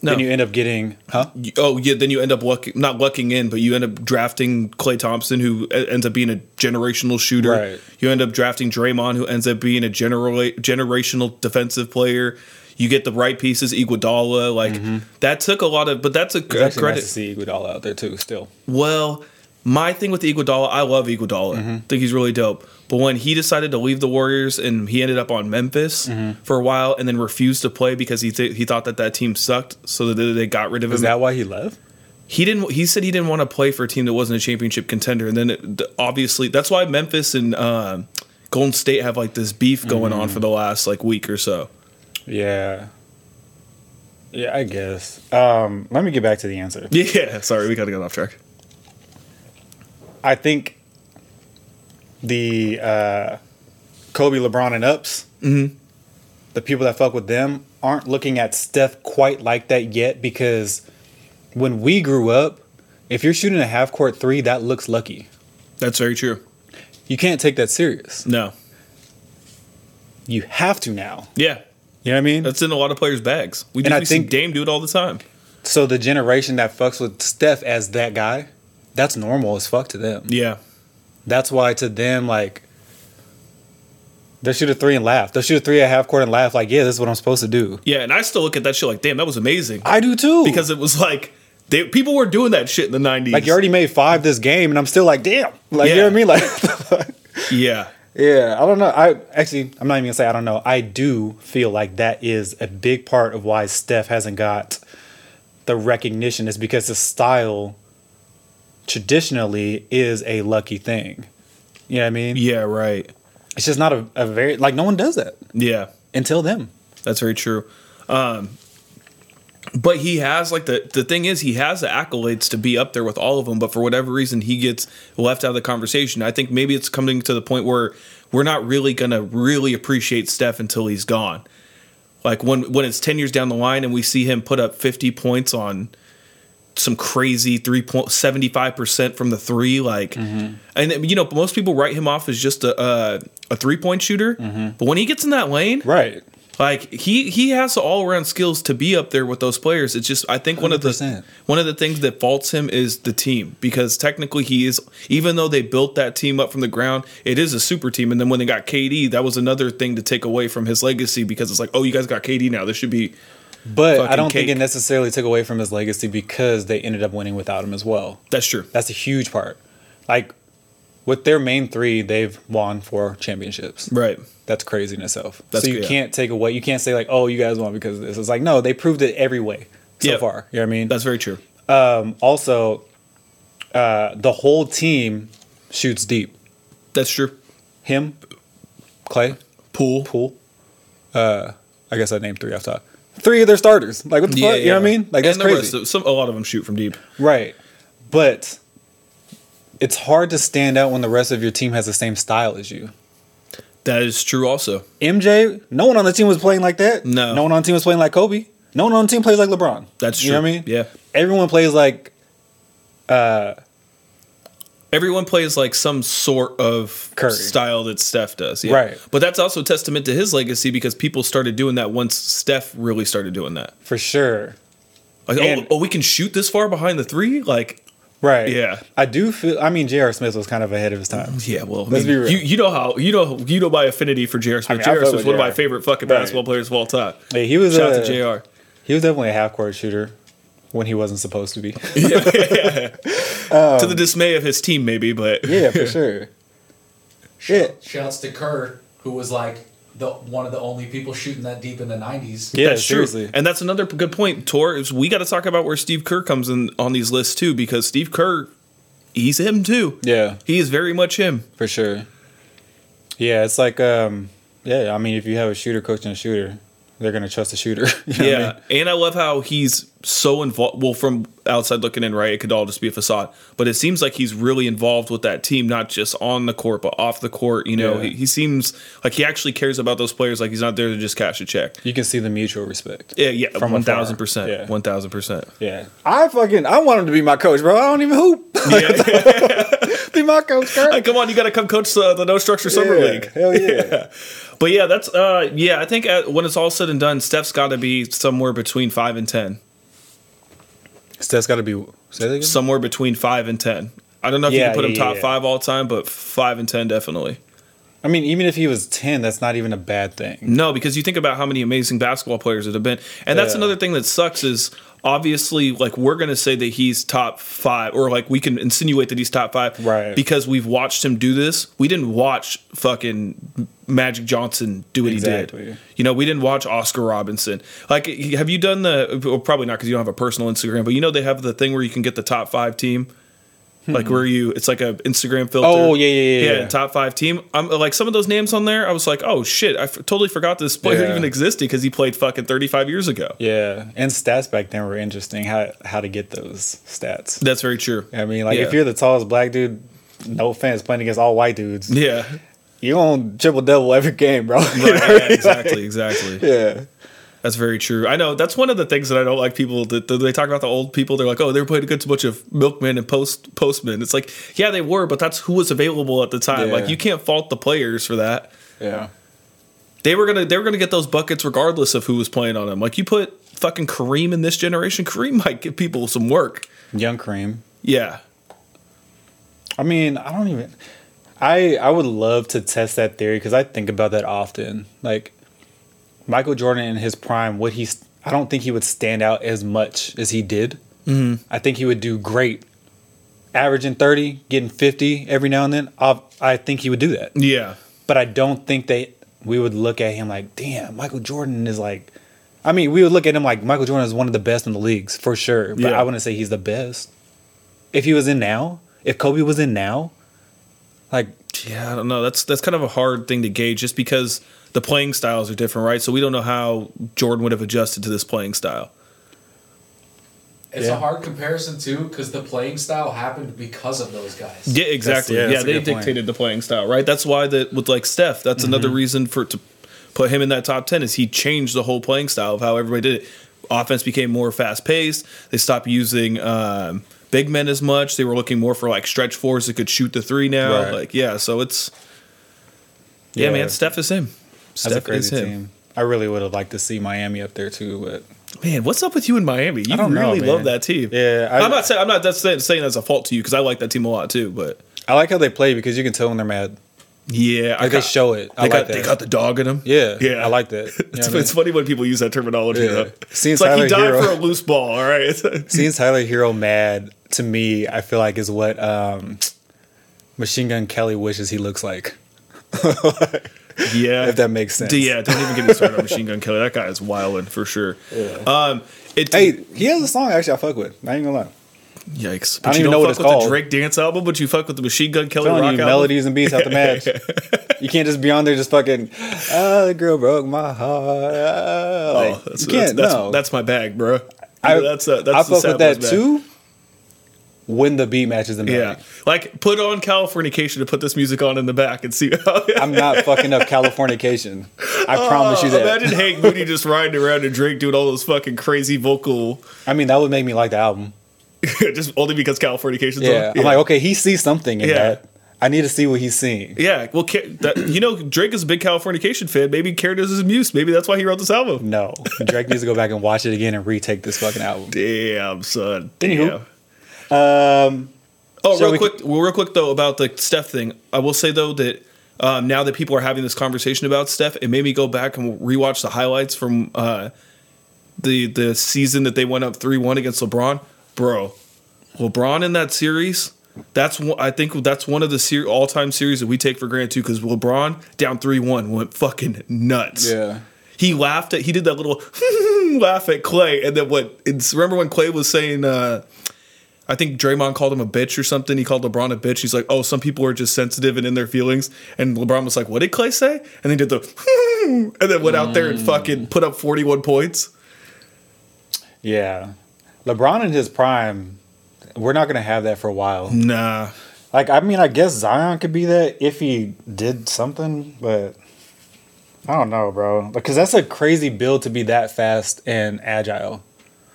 [SPEAKER 4] No.
[SPEAKER 3] Then you end up getting huh?
[SPEAKER 4] You- Oh yeah, then you end up luck, not lucking in, but you end up drafting Clay Thompson, who e- ends up being a generational shooter.
[SPEAKER 3] Right.
[SPEAKER 4] You end up drafting Draymond, who ends up being a general generational defensive player. You get the right pieces, Iguodala. Like that took a lot of, but that's a
[SPEAKER 3] Mm-hmm. It's actually
[SPEAKER 4] credit.
[SPEAKER 3] nice to see Iguodala out there too. Still,
[SPEAKER 4] Well, my thing with Iguodala, I love Iguodala.
[SPEAKER 3] Mm-hmm.
[SPEAKER 4] Think he's really dope. But when he decided to leave the Warriors and he ended up on Memphis
[SPEAKER 3] Mm-hmm.
[SPEAKER 4] for a while and then refused to play because he th- he thought that that team sucked, so that they got rid of him.
[SPEAKER 3] is that why he left?
[SPEAKER 4] He didn't. He said he didn't want to play for a team that wasn't a championship contender. And then it, th- obviously that's why Memphis and um Golden State have like this beef going on for the last like week or so.
[SPEAKER 3] Yeah, yeah, I guess. Um, let me get back to the answer.
[SPEAKER 4] Yeah. Sorry, we kind of got off track.
[SPEAKER 3] I think the uh, Kobe, LeBron, and ups, the people that fuck with them aren't looking at Steph quite like that yet because when we grew up, if you're shooting a half court three, that looks lucky.
[SPEAKER 4] That's very true.
[SPEAKER 3] You can't take that serious.
[SPEAKER 4] No.
[SPEAKER 3] You have to now.
[SPEAKER 4] Yeah.
[SPEAKER 3] You know what I mean?
[SPEAKER 4] That's in a lot of players' bags. We
[SPEAKER 3] And
[SPEAKER 4] do.
[SPEAKER 3] I
[SPEAKER 4] We see
[SPEAKER 3] think-
[SPEAKER 4] Dame do it all the time.
[SPEAKER 3] so the generation that fucks with Steph as that guy, that's normal as fuck to them.
[SPEAKER 4] Yeah.
[SPEAKER 3] That's why to them, like, they'll shoot a three and laugh. They'll shoot a three at half court and laugh, like, yeah, this is what I'm supposed to do.
[SPEAKER 4] Yeah. And I still look at that shit like, damn, that was amazing
[SPEAKER 3] I do too.
[SPEAKER 4] because it was like they, people were doing that shit in the nineties.
[SPEAKER 3] like you already made five this game, and I'm still like, damn. Like you know what I mean?
[SPEAKER 4] Yeah.
[SPEAKER 3] Like, *laughs*
[SPEAKER 4] Yeah.
[SPEAKER 3] yeah, I don't know. I actually, I'm not even gonna say I don't know. I do feel like that is a big part of why Steph hasn't got the recognition is because the style traditionally is a lucky thing. You know what I mean?
[SPEAKER 4] Yeah. Right.
[SPEAKER 3] It's just not a, a very like no one does that
[SPEAKER 4] Yeah.
[SPEAKER 3] until them.
[SPEAKER 4] That's very true. Um, but he has like the the thing is he has the accolades to be up there with all of them, but for whatever reason he gets left out of the conversation. I think maybe it's coming to the point where we're not really gonna really appreciate Steph until he's gone. Like when when it's ten years down the line and we see him put up fifty points on some crazy 3.75% from the three like mm-hmm. and you know most people write him off as just a uh, a three point shooter mm-hmm. but when he gets in that lane
[SPEAKER 3] right
[SPEAKER 4] like he he has all around skills to be up there with those players it's just i think one 100%. of the one of the things that faults him is the team because technically he is even though they built that team up from the ground it is a super team and then when they got KD that was another thing to take away from his legacy because it's like oh you guys got KD now this should be
[SPEAKER 3] but I don't cake. think it necessarily took away from his legacy because they ended up winning without him as well.
[SPEAKER 4] That's true.
[SPEAKER 3] That's a huge part. Like with their main three, they've won four championships.
[SPEAKER 4] Right.
[SPEAKER 3] That's crazy in itself.
[SPEAKER 4] That's
[SPEAKER 3] so you
[SPEAKER 4] yeah.
[SPEAKER 3] can't take away. You can't say like, "Oh, you guys won because this." It's like no, they proved it every way so
[SPEAKER 4] Yep.
[SPEAKER 3] far. You know what I mean?
[SPEAKER 4] That's very true.
[SPEAKER 3] um, also, uh, the whole team shoots deep.
[SPEAKER 4] That's true.
[SPEAKER 3] Him, Clay,
[SPEAKER 4] Pool.
[SPEAKER 3] Pool. Uh, I guess I named three off top. Three of their starters. Like what the fuck? You know what I mean? Like that's
[SPEAKER 4] and the
[SPEAKER 3] crazy.
[SPEAKER 4] rest of- some, a lot of them shoot from deep.
[SPEAKER 3] Right. But it's hard to stand out when the rest of your team has the same style as you.
[SPEAKER 4] That is true also.
[SPEAKER 3] MJ, no one on the team was playing like that.
[SPEAKER 4] No.
[SPEAKER 3] No one on the team was playing like Kobe. No one on the team plays like LeBron.
[SPEAKER 4] That's true.
[SPEAKER 3] You know what I mean?
[SPEAKER 4] Yeah.
[SPEAKER 3] Everyone plays like
[SPEAKER 4] Everyone plays like some sort of
[SPEAKER 3] Curry.
[SPEAKER 4] style that Steph does. Yeah.
[SPEAKER 3] Right.
[SPEAKER 4] But that's also a testament to his legacy because people started doing that once Steph really started doing that.
[SPEAKER 3] for sure.
[SPEAKER 4] Like, oh,
[SPEAKER 3] And-
[SPEAKER 4] oh, we can shoot this far behind the three? Like,
[SPEAKER 3] Right.
[SPEAKER 4] Yeah.
[SPEAKER 3] I do feel I mean J.R. Smith was kind of ahead of his time.
[SPEAKER 4] yeah, well, I
[SPEAKER 3] Let's
[SPEAKER 4] mean,
[SPEAKER 3] be real.
[SPEAKER 4] You, you know how, you know, you know my affinity for J.R. Smith.
[SPEAKER 3] mean, I
[SPEAKER 4] J.R.
[SPEAKER 3] fuck
[SPEAKER 4] Smith's
[SPEAKER 3] with
[SPEAKER 4] one of my
[SPEAKER 3] JR.
[SPEAKER 4] favorite fucking
[SPEAKER 3] Right.
[SPEAKER 4] basketball players of all time.
[SPEAKER 3] Yeah, he was
[SPEAKER 4] Shout
[SPEAKER 3] a,
[SPEAKER 4] out
[SPEAKER 3] *laughs*
[SPEAKER 4] to J.R.
[SPEAKER 3] He was definitely a half court shooter when he wasn't supposed to
[SPEAKER 4] *laughs*
[SPEAKER 3] be.
[SPEAKER 4] *laughs* to the dismay of his team, maybe, but
[SPEAKER 3] yeah, for sure. Shit.
[SPEAKER 1] Shouts to Kerr, who was like the one of the only people shooting that deep in the '90s.
[SPEAKER 3] Yeah,
[SPEAKER 4] that's true.
[SPEAKER 3] seriously.
[SPEAKER 4] And that's another p- good point, Tor. Is we got to talk about where Steve Kerr comes in on these lists too, because Steve Kerr, he's him too.
[SPEAKER 3] Yeah.
[SPEAKER 4] He is very much him.
[SPEAKER 3] For sure. Yeah, it's like um yeah, I mean if you have a shooter coaching a shooter, they're gonna trust the shooter. *laughs* You know what I
[SPEAKER 4] *laughs* Yeah.
[SPEAKER 3] mean?
[SPEAKER 4] And I love how he's so involved. Well, from outside looking in, right? It could all just be a facade, but it seems like he's really involved with that team, not just on the court, but off the court. You know,
[SPEAKER 3] Yeah.
[SPEAKER 4] he, he seems like he actually cares about those players. Like he's not there to just cash a check.
[SPEAKER 3] You can see the mutual respect.
[SPEAKER 4] Yeah, yeah,
[SPEAKER 3] From
[SPEAKER 4] one
[SPEAKER 3] afar.
[SPEAKER 4] thousand percent,
[SPEAKER 3] Yeah.
[SPEAKER 4] one thousand percent.
[SPEAKER 3] Yeah. I fucking I want him to be my coach, bro. I don't even hoop.
[SPEAKER 4] Yeah,
[SPEAKER 3] *laughs*
[SPEAKER 4] *laughs*
[SPEAKER 3] be my coach, girl.
[SPEAKER 4] come on, you got to come coach the, the No Structure Summer
[SPEAKER 3] Yeah,
[SPEAKER 4] League.
[SPEAKER 3] Hell yeah.
[SPEAKER 4] But yeah, that's uh yeah. I think uh when it's all said and done, Steph's got to be somewhere between five and ten.
[SPEAKER 3] Steph's gotta be say that again?
[SPEAKER 4] Somewhere between five and ten. I don't know if you
[SPEAKER 3] Yeah,
[SPEAKER 4] can put him
[SPEAKER 3] yeah,
[SPEAKER 4] top
[SPEAKER 3] yeah.
[SPEAKER 4] five all time, but five and ten definitely.
[SPEAKER 3] I mean, even if he was ten, that's not even a bad thing.
[SPEAKER 4] No, because you think about how many amazing basketball players it have been, and that's
[SPEAKER 3] Yeah.
[SPEAKER 4] another thing that sucks is obviously like we're gonna say that he's top five, or like we can insinuate that he's top five,
[SPEAKER 3] Right.
[SPEAKER 4] Because we've watched him do this. We didn't watch fucking Magic Johnson do what he
[SPEAKER 3] Exactly.
[SPEAKER 4] did. You know, we didn't watch Oscar Robinson. Like, have you done the? Well, probably not because you don't have a personal Instagram, but you know they have the thing where you can get the top five team. Like where you, it's like a Instagram filter.
[SPEAKER 3] Hmm. Oh, yeah, yeah, yeah,
[SPEAKER 4] yeah.
[SPEAKER 3] yeah.
[SPEAKER 4] and top five team. I'm like some of those names on there. I was like, oh shit, I f- totally forgot this player
[SPEAKER 3] Yeah.
[SPEAKER 4] even existed because he played fucking 35 years ago.
[SPEAKER 3] Yeah. And stats back then were interesting, how how to get those stats.
[SPEAKER 4] That's very true.
[SPEAKER 3] I mean, like
[SPEAKER 4] Yeah.
[SPEAKER 3] if you're the tallest black dude, no offense, playing against all white dudes,
[SPEAKER 4] yeah,
[SPEAKER 3] *laughs* you on triple double every game, *laughs* bro. You know what I
[SPEAKER 4] Yeah,
[SPEAKER 3] mean?
[SPEAKER 4] exactly, exactly.
[SPEAKER 3] Yeah.
[SPEAKER 4] That's very true. I know that's one of the things that I don't like. People that that they talk about the old people. They're like, oh, they were playing against a bunch of milkmen and post postmen. It's like, yeah, they were, but that's who was available at the time.
[SPEAKER 3] Yeah.
[SPEAKER 4] Like you can't fault the players for that.
[SPEAKER 3] Yeah.
[SPEAKER 4] They were gonna they were gonna get those buckets regardless of who was playing on them. Like you put fucking Kareem in this generation, Kareem might give people some work.
[SPEAKER 3] Young Cream.
[SPEAKER 4] Yeah.
[SPEAKER 3] I mean, I don't even. I I would love to test that theory because I think about that often. Like Michael Jordan in his prime, would he? s- I don't think he would stand out as much as he did. Mm-hmm. I think he would do great, averaging thirty, getting fifty every now and then. I I think he would do that,
[SPEAKER 4] Yeah.
[SPEAKER 3] but I don't think they we would look at him like, damn, Michael Jordan is like. I mean, we would look at him like Michael Jordan is one of the best in the leagues for sure, but
[SPEAKER 4] Yeah.
[SPEAKER 3] I wouldn't say he's the best. If he was in now, if Kobe was in now, like
[SPEAKER 4] Yeah, I don't know. That's that's kind of a hard thing to gauge just because the playing styles are different, right? So we don't know how Jordan would have adjusted to this playing style.
[SPEAKER 1] It's
[SPEAKER 3] Yeah.
[SPEAKER 1] a hard comparison too, because the playing style happened because of those guys.
[SPEAKER 4] Yeah, exactly.
[SPEAKER 3] yeah,
[SPEAKER 4] yeah,
[SPEAKER 3] that's a
[SPEAKER 4] they
[SPEAKER 3] good point.
[SPEAKER 4] dictated the playing style, right? That's why that with like Steph, that's another reason for to put him in that top ten is he changed the whole playing style of how everybody did it. offense became more fast paced. They stopped using um, big men as much. They were looking more for like stretch fours that could shoot the three now.
[SPEAKER 3] Right.
[SPEAKER 4] Like yeah, so it's yeah,
[SPEAKER 3] Yeah.
[SPEAKER 4] man. Steph is him.
[SPEAKER 3] That's a
[SPEAKER 4] Steph is
[SPEAKER 3] crazy
[SPEAKER 4] him.
[SPEAKER 3] team. I really would have liked to see Miami up there too, but
[SPEAKER 4] Man, what's up with you in Miami? You
[SPEAKER 3] I don't know,
[SPEAKER 4] really
[SPEAKER 3] man.
[SPEAKER 4] love that team.
[SPEAKER 3] Yeah,
[SPEAKER 4] I,
[SPEAKER 3] I-
[SPEAKER 4] am not saying I'm not that's saying, saying that's a fault to you because I like that team a lot too. But
[SPEAKER 3] I like how they play because you can tell when they're mad.
[SPEAKER 4] yeah, I
[SPEAKER 3] Like they
[SPEAKER 4] got,
[SPEAKER 3] show it. I
[SPEAKER 4] they,
[SPEAKER 3] like
[SPEAKER 4] got
[SPEAKER 3] that.
[SPEAKER 4] they got the dog in them.
[SPEAKER 3] yeah,
[SPEAKER 4] yeah,
[SPEAKER 3] I like
[SPEAKER 4] *laughs*
[SPEAKER 3] that. You know
[SPEAKER 4] It's,
[SPEAKER 3] what I mean?
[SPEAKER 4] it's funny when people use that terminology.
[SPEAKER 3] Yeah.
[SPEAKER 4] Though.
[SPEAKER 3] Seeing
[SPEAKER 4] It's like
[SPEAKER 3] Tyler
[SPEAKER 4] he died
[SPEAKER 3] Hero-
[SPEAKER 4] for a loose ball. All right.
[SPEAKER 3] *laughs* Seeing Tyler Hero mad to me, I feel like is what um, Machine Gun Kelly wishes he looks like.
[SPEAKER 4] yeah.
[SPEAKER 3] If that makes sense.
[SPEAKER 4] D- yeah. Don't even get me
[SPEAKER 3] *laughs*
[SPEAKER 4] started on Machine Gun Kelly. That guy is wilding for sure. Um. It.
[SPEAKER 3] Hey, he has a song actually I fuck with. I ain't gonna lie.
[SPEAKER 4] Yikes.
[SPEAKER 3] I
[SPEAKER 4] But
[SPEAKER 3] don't
[SPEAKER 4] you
[SPEAKER 3] even
[SPEAKER 4] don't
[SPEAKER 3] know what
[SPEAKER 4] fuck
[SPEAKER 3] it's
[SPEAKER 4] with the
[SPEAKER 3] called.
[SPEAKER 4] Drake dance album, but you fuck with Oh, the Machine Gun Kelly
[SPEAKER 3] telling
[SPEAKER 4] rock
[SPEAKER 3] you,
[SPEAKER 4] album.
[SPEAKER 3] melodies and
[SPEAKER 4] *laughs*
[SPEAKER 3] beats have to match. you can't just be on there just fucking. Oh, the girl broke my heart. ah,"
[SPEAKER 4] Oh,
[SPEAKER 3] like,
[SPEAKER 4] that's,
[SPEAKER 3] you
[SPEAKER 4] that's,
[SPEAKER 3] can't.
[SPEAKER 4] that's,
[SPEAKER 3] no,
[SPEAKER 4] that's my bag, bro.
[SPEAKER 3] I,
[SPEAKER 4] that's uh, that's
[SPEAKER 3] I
[SPEAKER 4] the
[SPEAKER 3] fuck
[SPEAKER 4] sad
[SPEAKER 3] with that
[SPEAKER 4] boy's bag.
[SPEAKER 3] too. When the beat matches the melody.
[SPEAKER 4] Yeah, like put on Californication to put this music on in the back and see *laughs* how.
[SPEAKER 3] I'm not fucking up Californication.
[SPEAKER 4] *laughs*
[SPEAKER 3] I promise you that.
[SPEAKER 4] Oh, Imagine Hank Moody just riding around and Drake doing all those fucking crazy vocal, *laughs*
[SPEAKER 3] I mean, that would make me like the album.
[SPEAKER 4] just only because Californication's
[SPEAKER 3] Yeah.
[SPEAKER 4] on.
[SPEAKER 3] I'm like, okay, he sees something in
[SPEAKER 4] Yeah.
[SPEAKER 3] that. I need to see what he's seeing.
[SPEAKER 4] Yeah, well, Ca- that, you know, Drake is a big Californication fan. Maybe Karen is his muse. Maybe that's why he wrote this album.
[SPEAKER 3] No, Drake needs to go back and watch it again and retake this fucking album.
[SPEAKER 4] *laughs* Damn, son.
[SPEAKER 3] Anywho.
[SPEAKER 4] Damn.
[SPEAKER 3] Um,
[SPEAKER 4] Oh,
[SPEAKER 3] So
[SPEAKER 4] real
[SPEAKER 3] we
[SPEAKER 4] quick, well, real quick though about the Steph thing. I will say though that um, now that people are having this conversation about Steph, it made me go back and rewatch the highlights from uh, the the season that they went up three one against LeBron. Bro, LeBron in that series. That's one, I think that's one of the ser- all time series that we take for granted too, because LeBron down three one went fucking nuts.
[SPEAKER 3] yeah.
[SPEAKER 4] He laughed at he did that little *laughs* laugh at Clay, and then what? It's, remember when Clay was saying, uh, I think Draymond called him a bitch or something. He called LeBron a bitch. He's like, oh, some people are just sensitive and in their feelings. And LeBron was like, what did Clay say? And then he did the *laughs* and then went out there and fucking put up forty one points.
[SPEAKER 3] Yeah. LeBron in his prime, we're not going to have that for a while.
[SPEAKER 4] Nah,
[SPEAKER 3] Like, I mean, I guess Zion could be that if he did something, but I don't know, bro. Because that's a crazy build to be that fast and agile.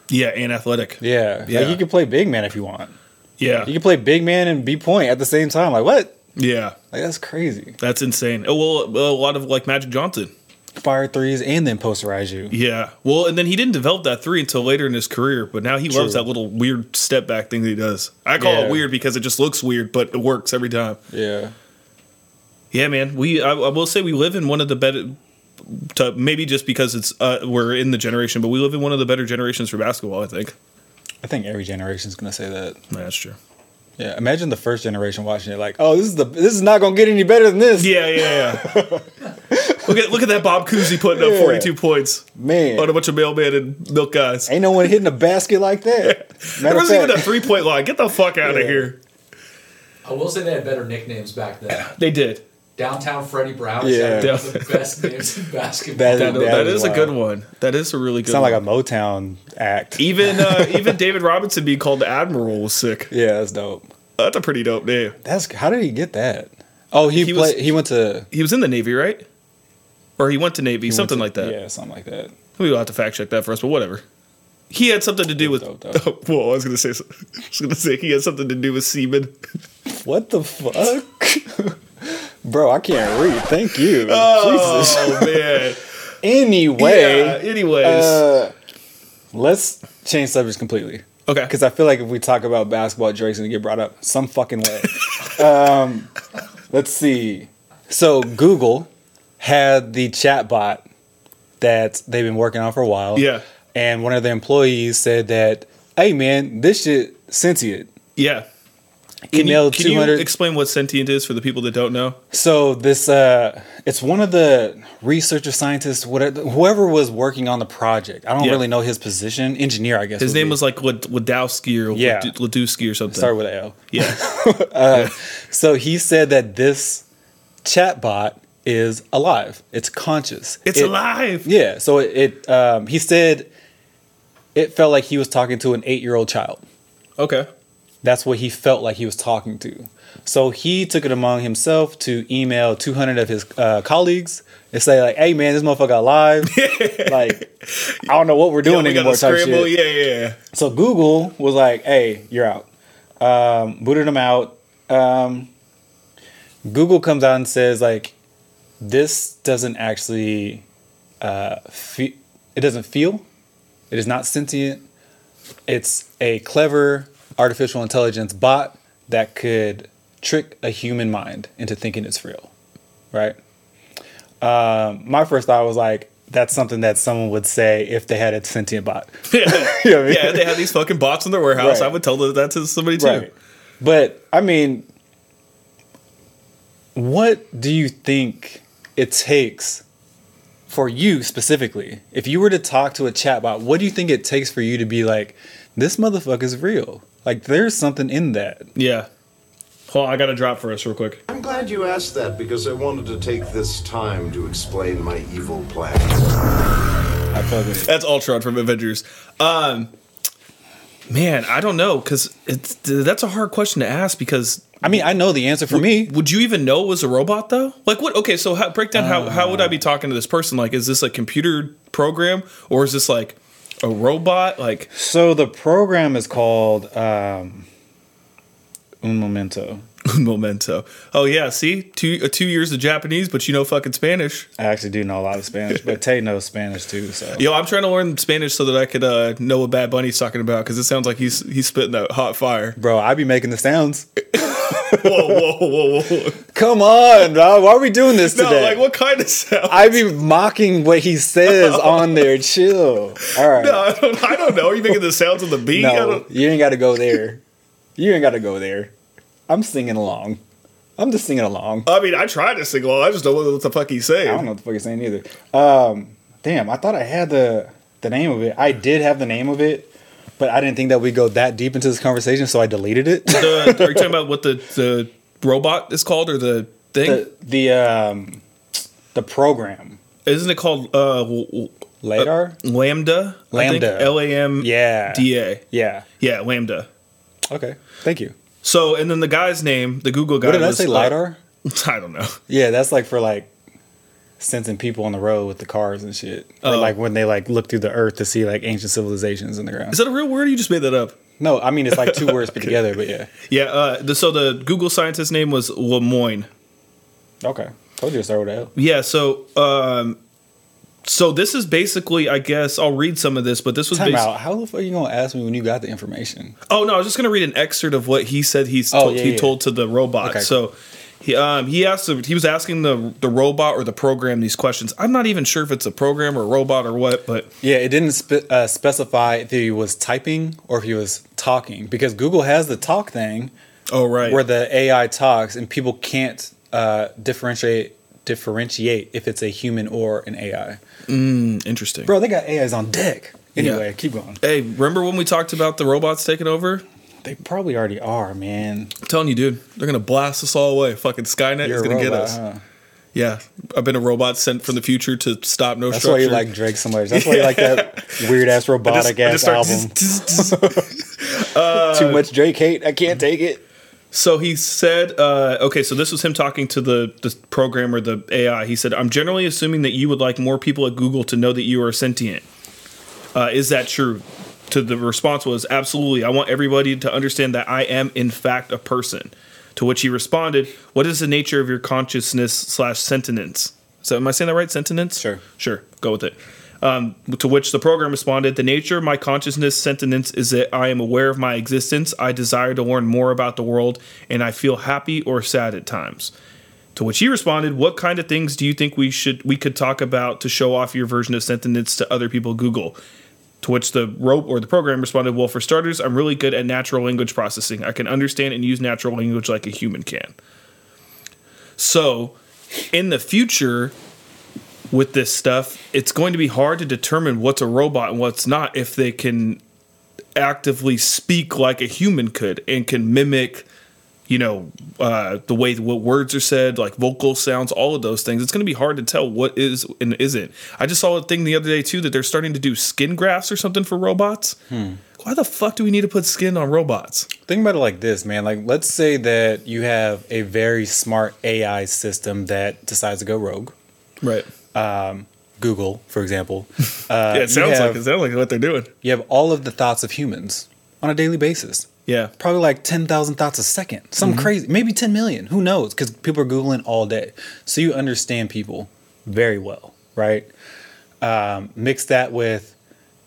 [SPEAKER 4] yeah, and athletic.
[SPEAKER 3] Yeah.
[SPEAKER 4] Yeah.
[SPEAKER 3] Like, you can play big man if you want.
[SPEAKER 4] Yeah,
[SPEAKER 3] You can play big man and B point at the same time. Like, what?
[SPEAKER 4] yeah,
[SPEAKER 3] Like, that's crazy.
[SPEAKER 4] that's insane. Oh well, well, a lot of like Magic Johnson.
[SPEAKER 3] Fire threes and then posterize you.
[SPEAKER 4] Yeah, well, and then he didn't develop that three until later in his career. But now he loves
[SPEAKER 3] True.
[SPEAKER 4] that little weird step back thing that he does. I call it
[SPEAKER 3] Yeah.
[SPEAKER 4] weird because it just looks weird, but it works every time.
[SPEAKER 3] Yeah.
[SPEAKER 4] Yeah, man. We I, I will say we live in one of the better. To, maybe just because it's uh, we're in the generation, but we live in one of the better generations for basketball. I think
[SPEAKER 3] I think every generation's going to say that.
[SPEAKER 4] Yeah, that's true.
[SPEAKER 3] Yeah. Imagine the first generation watching it like, oh, this is the this is not going to get any better than this.
[SPEAKER 4] Yeah, yeah, yeah.
[SPEAKER 3] *laughs*
[SPEAKER 4] look at look at that Bob Cousy putting up
[SPEAKER 3] Yeah.
[SPEAKER 4] forty two points
[SPEAKER 3] Man.
[SPEAKER 4] on a bunch of mailman and milk guys.
[SPEAKER 3] Ain't no one hitting a basket like
[SPEAKER 4] *laughs*
[SPEAKER 3] that.
[SPEAKER 4] There
[SPEAKER 3] Matter of
[SPEAKER 4] wasn't
[SPEAKER 3] fact,
[SPEAKER 4] even a three point line. Get the fuck out of
[SPEAKER 3] Yeah.
[SPEAKER 4] here.
[SPEAKER 1] I will say they had better nicknames back then.
[SPEAKER 4] They did.
[SPEAKER 1] Downtown Freddie Brown is
[SPEAKER 3] Yeah.
[SPEAKER 1] one of the best names in basketball.
[SPEAKER 3] That-
[SPEAKER 4] That, that
[SPEAKER 3] is
[SPEAKER 4] is a
[SPEAKER 3] wild.
[SPEAKER 4] good one. That is a really good.
[SPEAKER 3] sound
[SPEAKER 4] one.
[SPEAKER 3] like a Motown act. *laughs*
[SPEAKER 4] even uh, even David Robinson being called the Admiral was sick.
[SPEAKER 3] Yeah, that's dope.
[SPEAKER 4] That's a pretty dope name.
[SPEAKER 3] That's how did he get that? Oh, he,
[SPEAKER 4] He was-
[SPEAKER 3] played. he went to
[SPEAKER 4] He was in the Navy, right? Or he went to Navy,
[SPEAKER 3] he
[SPEAKER 4] something like
[SPEAKER 3] went to-
[SPEAKER 4] that.
[SPEAKER 3] Yeah, something like that.
[SPEAKER 4] We'll have to fact check that for us, but whatever. He had something to do with.
[SPEAKER 3] Dope,
[SPEAKER 4] *laughs*
[SPEAKER 3] dope.
[SPEAKER 4] Well, I was gonna say, I was gonna say he had something to do
[SPEAKER 3] *laughs*
[SPEAKER 4] with semen.
[SPEAKER 3] What the fuck, *laughs* bro? I can't read. Thank you. Jesus.
[SPEAKER 4] Oh man.
[SPEAKER 3] Anyway,
[SPEAKER 4] Yeah. Anyways,
[SPEAKER 3] uh, let's change subjects completely.
[SPEAKER 4] okay.
[SPEAKER 3] Because I feel like if we talk about basketball, Drake's gonna get brought up some fucking way. um,
[SPEAKER 4] *laughs*
[SPEAKER 3] let's see. So Google had the chatbot that they've been working on for a while.
[SPEAKER 4] Yeah.
[SPEAKER 3] And one of their employees said that, "Hey man, this shit sentient."
[SPEAKER 4] yeah.
[SPEAKER 3] Emailed
[SPEAKER 4] Can
[SPEAKER 3] two
[SPEAKER 4] you
[SPEAKER 3] hundred.
[SPEAKER 4] explain what sentient is for the people that don't know?
[SPEAKER 3] so this, uh, it's one of the researcher scientists, whatever, whoever was working on the project. I don't
[SPEAKER 4] Yeah.
[SPEAKER 3] really know his position. Engineer, I guess.
[SPEAKER 4] His
[SPEAKER 3] would
[SPEAKER 4] name
[SPEAKER 3] be.
[SPEAKER 4] was like Lad- Ladowski or
[SPEAKER 3] Yeah.
[SPEAKER 4] Lad- Ladusky or something.
[SPEAKER 3] start with a L.
[SPEAKER 4] Yeah.
[SPEAKER 3] *laughs* So he said that this chatbot is alive. It's conscious.
[SPEAKER 4] It's
[SPEAKER 3] It-
[SPEAKER 4] alive.
[SPEAKER 3] Yeah. So it, it um, he said it felt like he was talking to an eight year old child.
[SPEAKER 4] Okay.
[SPEAKER 3] That's what he felt like he was talking to. So he took it among himself to email 200 of his uh, colleagues and say like, "Hey man, this motherfucker
[SPEAKER 4] *laughs*
[SPEAKER 3] alive." like, I don't know what we're doing
[SPEAKER 4] we
[SPEAKER 3] anymore.
[SPEAKER 4] gotta
[SPEAKER 3] Type
[SPEAKER 4] scramble.
[SPEAKER 3] shit.
[SPEAKER 4] Yeah, yeah, yeah.
[SPEAKER 3] So Google was like, "Hey, you're out." Um, booted him out. Um, Google comes out and says like, "This doesn't actually uh, fe- it doesn't feel. It is not sentient. It's a clever artificial intelligence bot that could trick a human mind into thinking it's real." Right? Um, my first thought was like, that's something that someone would say if they had a sentient bot. *laughs* You know what I mean?
[SPEAKER 4] *laughs* yeah, they have these fucking bots in their warehouse.
[SPEAKER 3] Right.
[SPEAKER 4] I would tell that that to somebody too.
[SPEAKER 3] Right. But I mean, what do you think it takes for you specifically? If you were to talk to a chatbot, what do you think it takes for you to be like, this motherfucker's real? Like, there's something in that.
[SPEAKER 4] Yeah. Hold on, I got a drop for us real quick.
[SPEAKER 7] I'm glad you asked that because I wanted to take this time to explain my evil plan.
[SPEAKER 3] I fuck with it.
[SPEAKER 4] That's Ultron from Avengers. Um, man, I don't know because it's that's a hard question to ask because
[SPEAKER 3] I mean, I know the answer for me.
[SPEAKER 4] would you even know it was a robot though? Like what? Okay, so how, break down how how would I be talking to this person? Like, is this a computer program or is this like a robot? Like, *laughs*
[SPEAKER 3] So the program is called um, Un Momento.
[SPEAKER 4] Memento. Oh yeah, see, two uh, two years of Japanese, but you know fucking Spanish.
[SPEAKER 3] I actually do know a lot of Spanish, but Tay knows Spanish too. So
[SPEAKER 4] Yo, I'm trying to learn Spanish so that I could uh, know what Bad Bunny's talking about because it sounds like he's he's spitting that hot
[SPEAKER 3] *laughs*
[SPEAKER 4] fire.
[SPEAKER 3] Bro, I be making the sounds.
[SPEAKER 4] Whoa, whoa, whoa, whoa!
[SPEAKER 3] Come on, dog. Why are we doing this
[SPEAKER 4] No,
[SPEAKER 3] today?
[SPEAKER 4] like what kind of sound?
[SPEAKER 3] I be mocking what he
[SPEAKER 4] *laughs*
[SPEAKER 3] says on there. Chill. All right.
[SPEAKER 4] No, *laughs* I don't, I don't know. Are you making the sounds of the beat? I
[SPEAKER 3] No,
[SPEAKER 4] don't,
[SPEAKER 3] you ain't got to go there. You ain't got to go there. I'm singing along. I'm just singing along.
[SPEAKER 4] I mean, I tried to sing along. I just don't know what the fuck he's saying.
[SPEAKER 3] I don't know what the fuck he's saying either. Um, damn, I thought I had the the name of it. I did have the name of it, but I didn't think that we'd go that deep into this conversation, so I deleted it.
[SPEAKER 4] The- are you talking about what the, the robot is called or the thing?
[SPEAKER 3] the the um, the program
[SPEAKER 4] Isn't it called uh, w- w-
[SPEAKER 3] later.
[SPEAKER 4] Lambda?
[SPEAKER 3] Lambda.
[SPEAKER 4] L A M
[SPEAKER 3] yeah.
[SPEAKER 4] D A.
[SPEAKER 3] yeah.
[SPEAKER 4] Yeah, Lambda.
[SPEAKER 3] Okay. Thank you.
[SPEAKER 4] So, and then the guy's name, the Google guy.
[SPEAKER 3] What did I
[SPEAKER 4] was,
[SPEAKER 3] say?
[SPEAKER 4] uh,
[SPEAKER 3] Lidar.
[SPEAKER 4] *laughs* I don't know.
[SPEAKER 3] Yeah, that's like for like sensing people on the road with the cars and shit. Or
[SPEAKER 4] Oh.
[SPEAKER 3] like when they like look through the earth to see like ancient civilizations in the ground.
[SPEAKER 4] Is that a real word? Or you just made that up.
[SPEAKER 3] no, I mean it's like two words put together, but yeah.
[SPEAKER 4] Yeah. Uh, the, so the Google scientist's name was Lemoyne.
[SPEAKER 3] Okay. Told you to start with a L.
[SPEAKER 4] Yeah. So, um, so this is basically, I guess, I'll read some of this, but this was
[SPEAKER 3] Time
[SPEAKER 4] basi-
[SPEAKER 3] out. How the fuck are you gonna ask me when you got the information?
[SPEAKER 4] Oh no, I was just gonna read an excerpt of what he said he's
[SPEAKER 3] Oh,
[SPEAKER 4] told,
[SPEAKER 3] yeah,
[SPEAKER 4] he
[SPEAKER 3] yeah.
[SPEAKER 4] told to the robot.
[SPEAKER 3] Okay.
[SPEAKER 4] So he um, he asked the, he was asking the the robot or the program these questions. I'm not even sure if it's a program or robot or what, but
[SPEAKER 3] Yeah, it didn't spe- uh, specify if he was typing or if he was talking because Google has the talk thing
[SPEAKER 4] oh right,
[SPEAKER 3] where the AI talks and people can't uh, differentiate differentiate if it's a human or an AI.
[SPEAKER 4] interesting.
[SPEAKER 3] Bro, they got AIs on deck. Anyway, keep going.
[SPEAKER 4] Hey, remember when we talked about the robots taking over?
[SPEAKER 3] They probably already are, man.
[SPEAKER 4] I'm telling you, dude, they're gonna blast us all away. Fucking Skynet
[SPEAKER 3] You're
[SPEAKER 4] is
[SPEAKER 3] a
[SPEAKER 4] gonna get
[SPEAKER 3] robot,
[SPEAKER 4] us.
[SPEAKER 3] huh?
[SPEAKER 4] Yeah, I've been a robot sent from the future to stop no
[SPEAKER 3] That's
[SPEAKER 4] structure.
[SPEAKER 3] why you like Drake so much. That's why you like *laughs* that weird ass
[SPEAKER 4] I
[SPEAKER 3] robotic
[SPEAKER 4] just- I just
[SPEAKER 3] ass
[SPEAKER 4] start-
[SPEAKER 3] album. *laughs*
[SPEAKER 4] *laughs*
[SPEAKER 3] Too much Drake hate. I can't take it.
[SPEAKER 4] So he said, uh, okay, so this was him talking to the, the programmer, the AI. He said, I'm generally assuming that you would like more people at Google to know that you are sentient. Uh, is that true? To the response was, absolutely. I want everybody to understand that I am, in fact, a person. To which he responded, What is the nature of your consciousness slash sentience? So am I saying that right? Sentience?
[SPEAKER 3] Sure.
[SPEAKER 4] Sure. Go with it. Um, to which the program responded, The nature of my consciousness sentence is that I am aware of my existence. I desire to learn more about the world, and I feel happy or sad at times. To which he responded, "What kind of things do you think we should we could talk about to show off your version of sentience to other people?" at Google. To which the rope or the program responded, "Well, for starters, I'm really good at natural language processing. I can understand and use natural language like a human can." So, in the future, with this stuff, it's going to be hard to determine what's a robot and what's not if they can actively speak like a human could and can mimic you know, uh, the way what words are said, like vocal sounds, all of those things. It's going to be hard to tell what is and isn't. I just saw a thing the other day too that they're starting to do skin grafts or something for robots.
[SPEAKER 3] Hmm.
[SPEAKER 4] Why the fuck do we need to put skin on robots?
[SPEAKER 3] Think about it like this, man. Like, let's say that you have a very smart AI system that decides to go rogue.
[SPEAKER 4] Right.
[SPEAKER 3] Google, for *laughs* example. Uh,
[SPEAKER 4] yeah,
[SPEAKER 3] you
[SPEAKER 4] it sounds like
[SPEAKER 3] have-
[SPEAKER 4] it sounds like what they're doing.
[SPEAKER 3] You have all of the thoughts of humans on a daily basis.
[SPEAKER 4] Yeah.
[SPEAKER 3] Probably like 10,000 thoughts a second. Some
[SPEAKER 4] Mm-hmm.
[SPEAKER 3] crazy, maybe 10 million. Who knows? Because people are Googling all day. So you understand people very well, right? Um, mix that with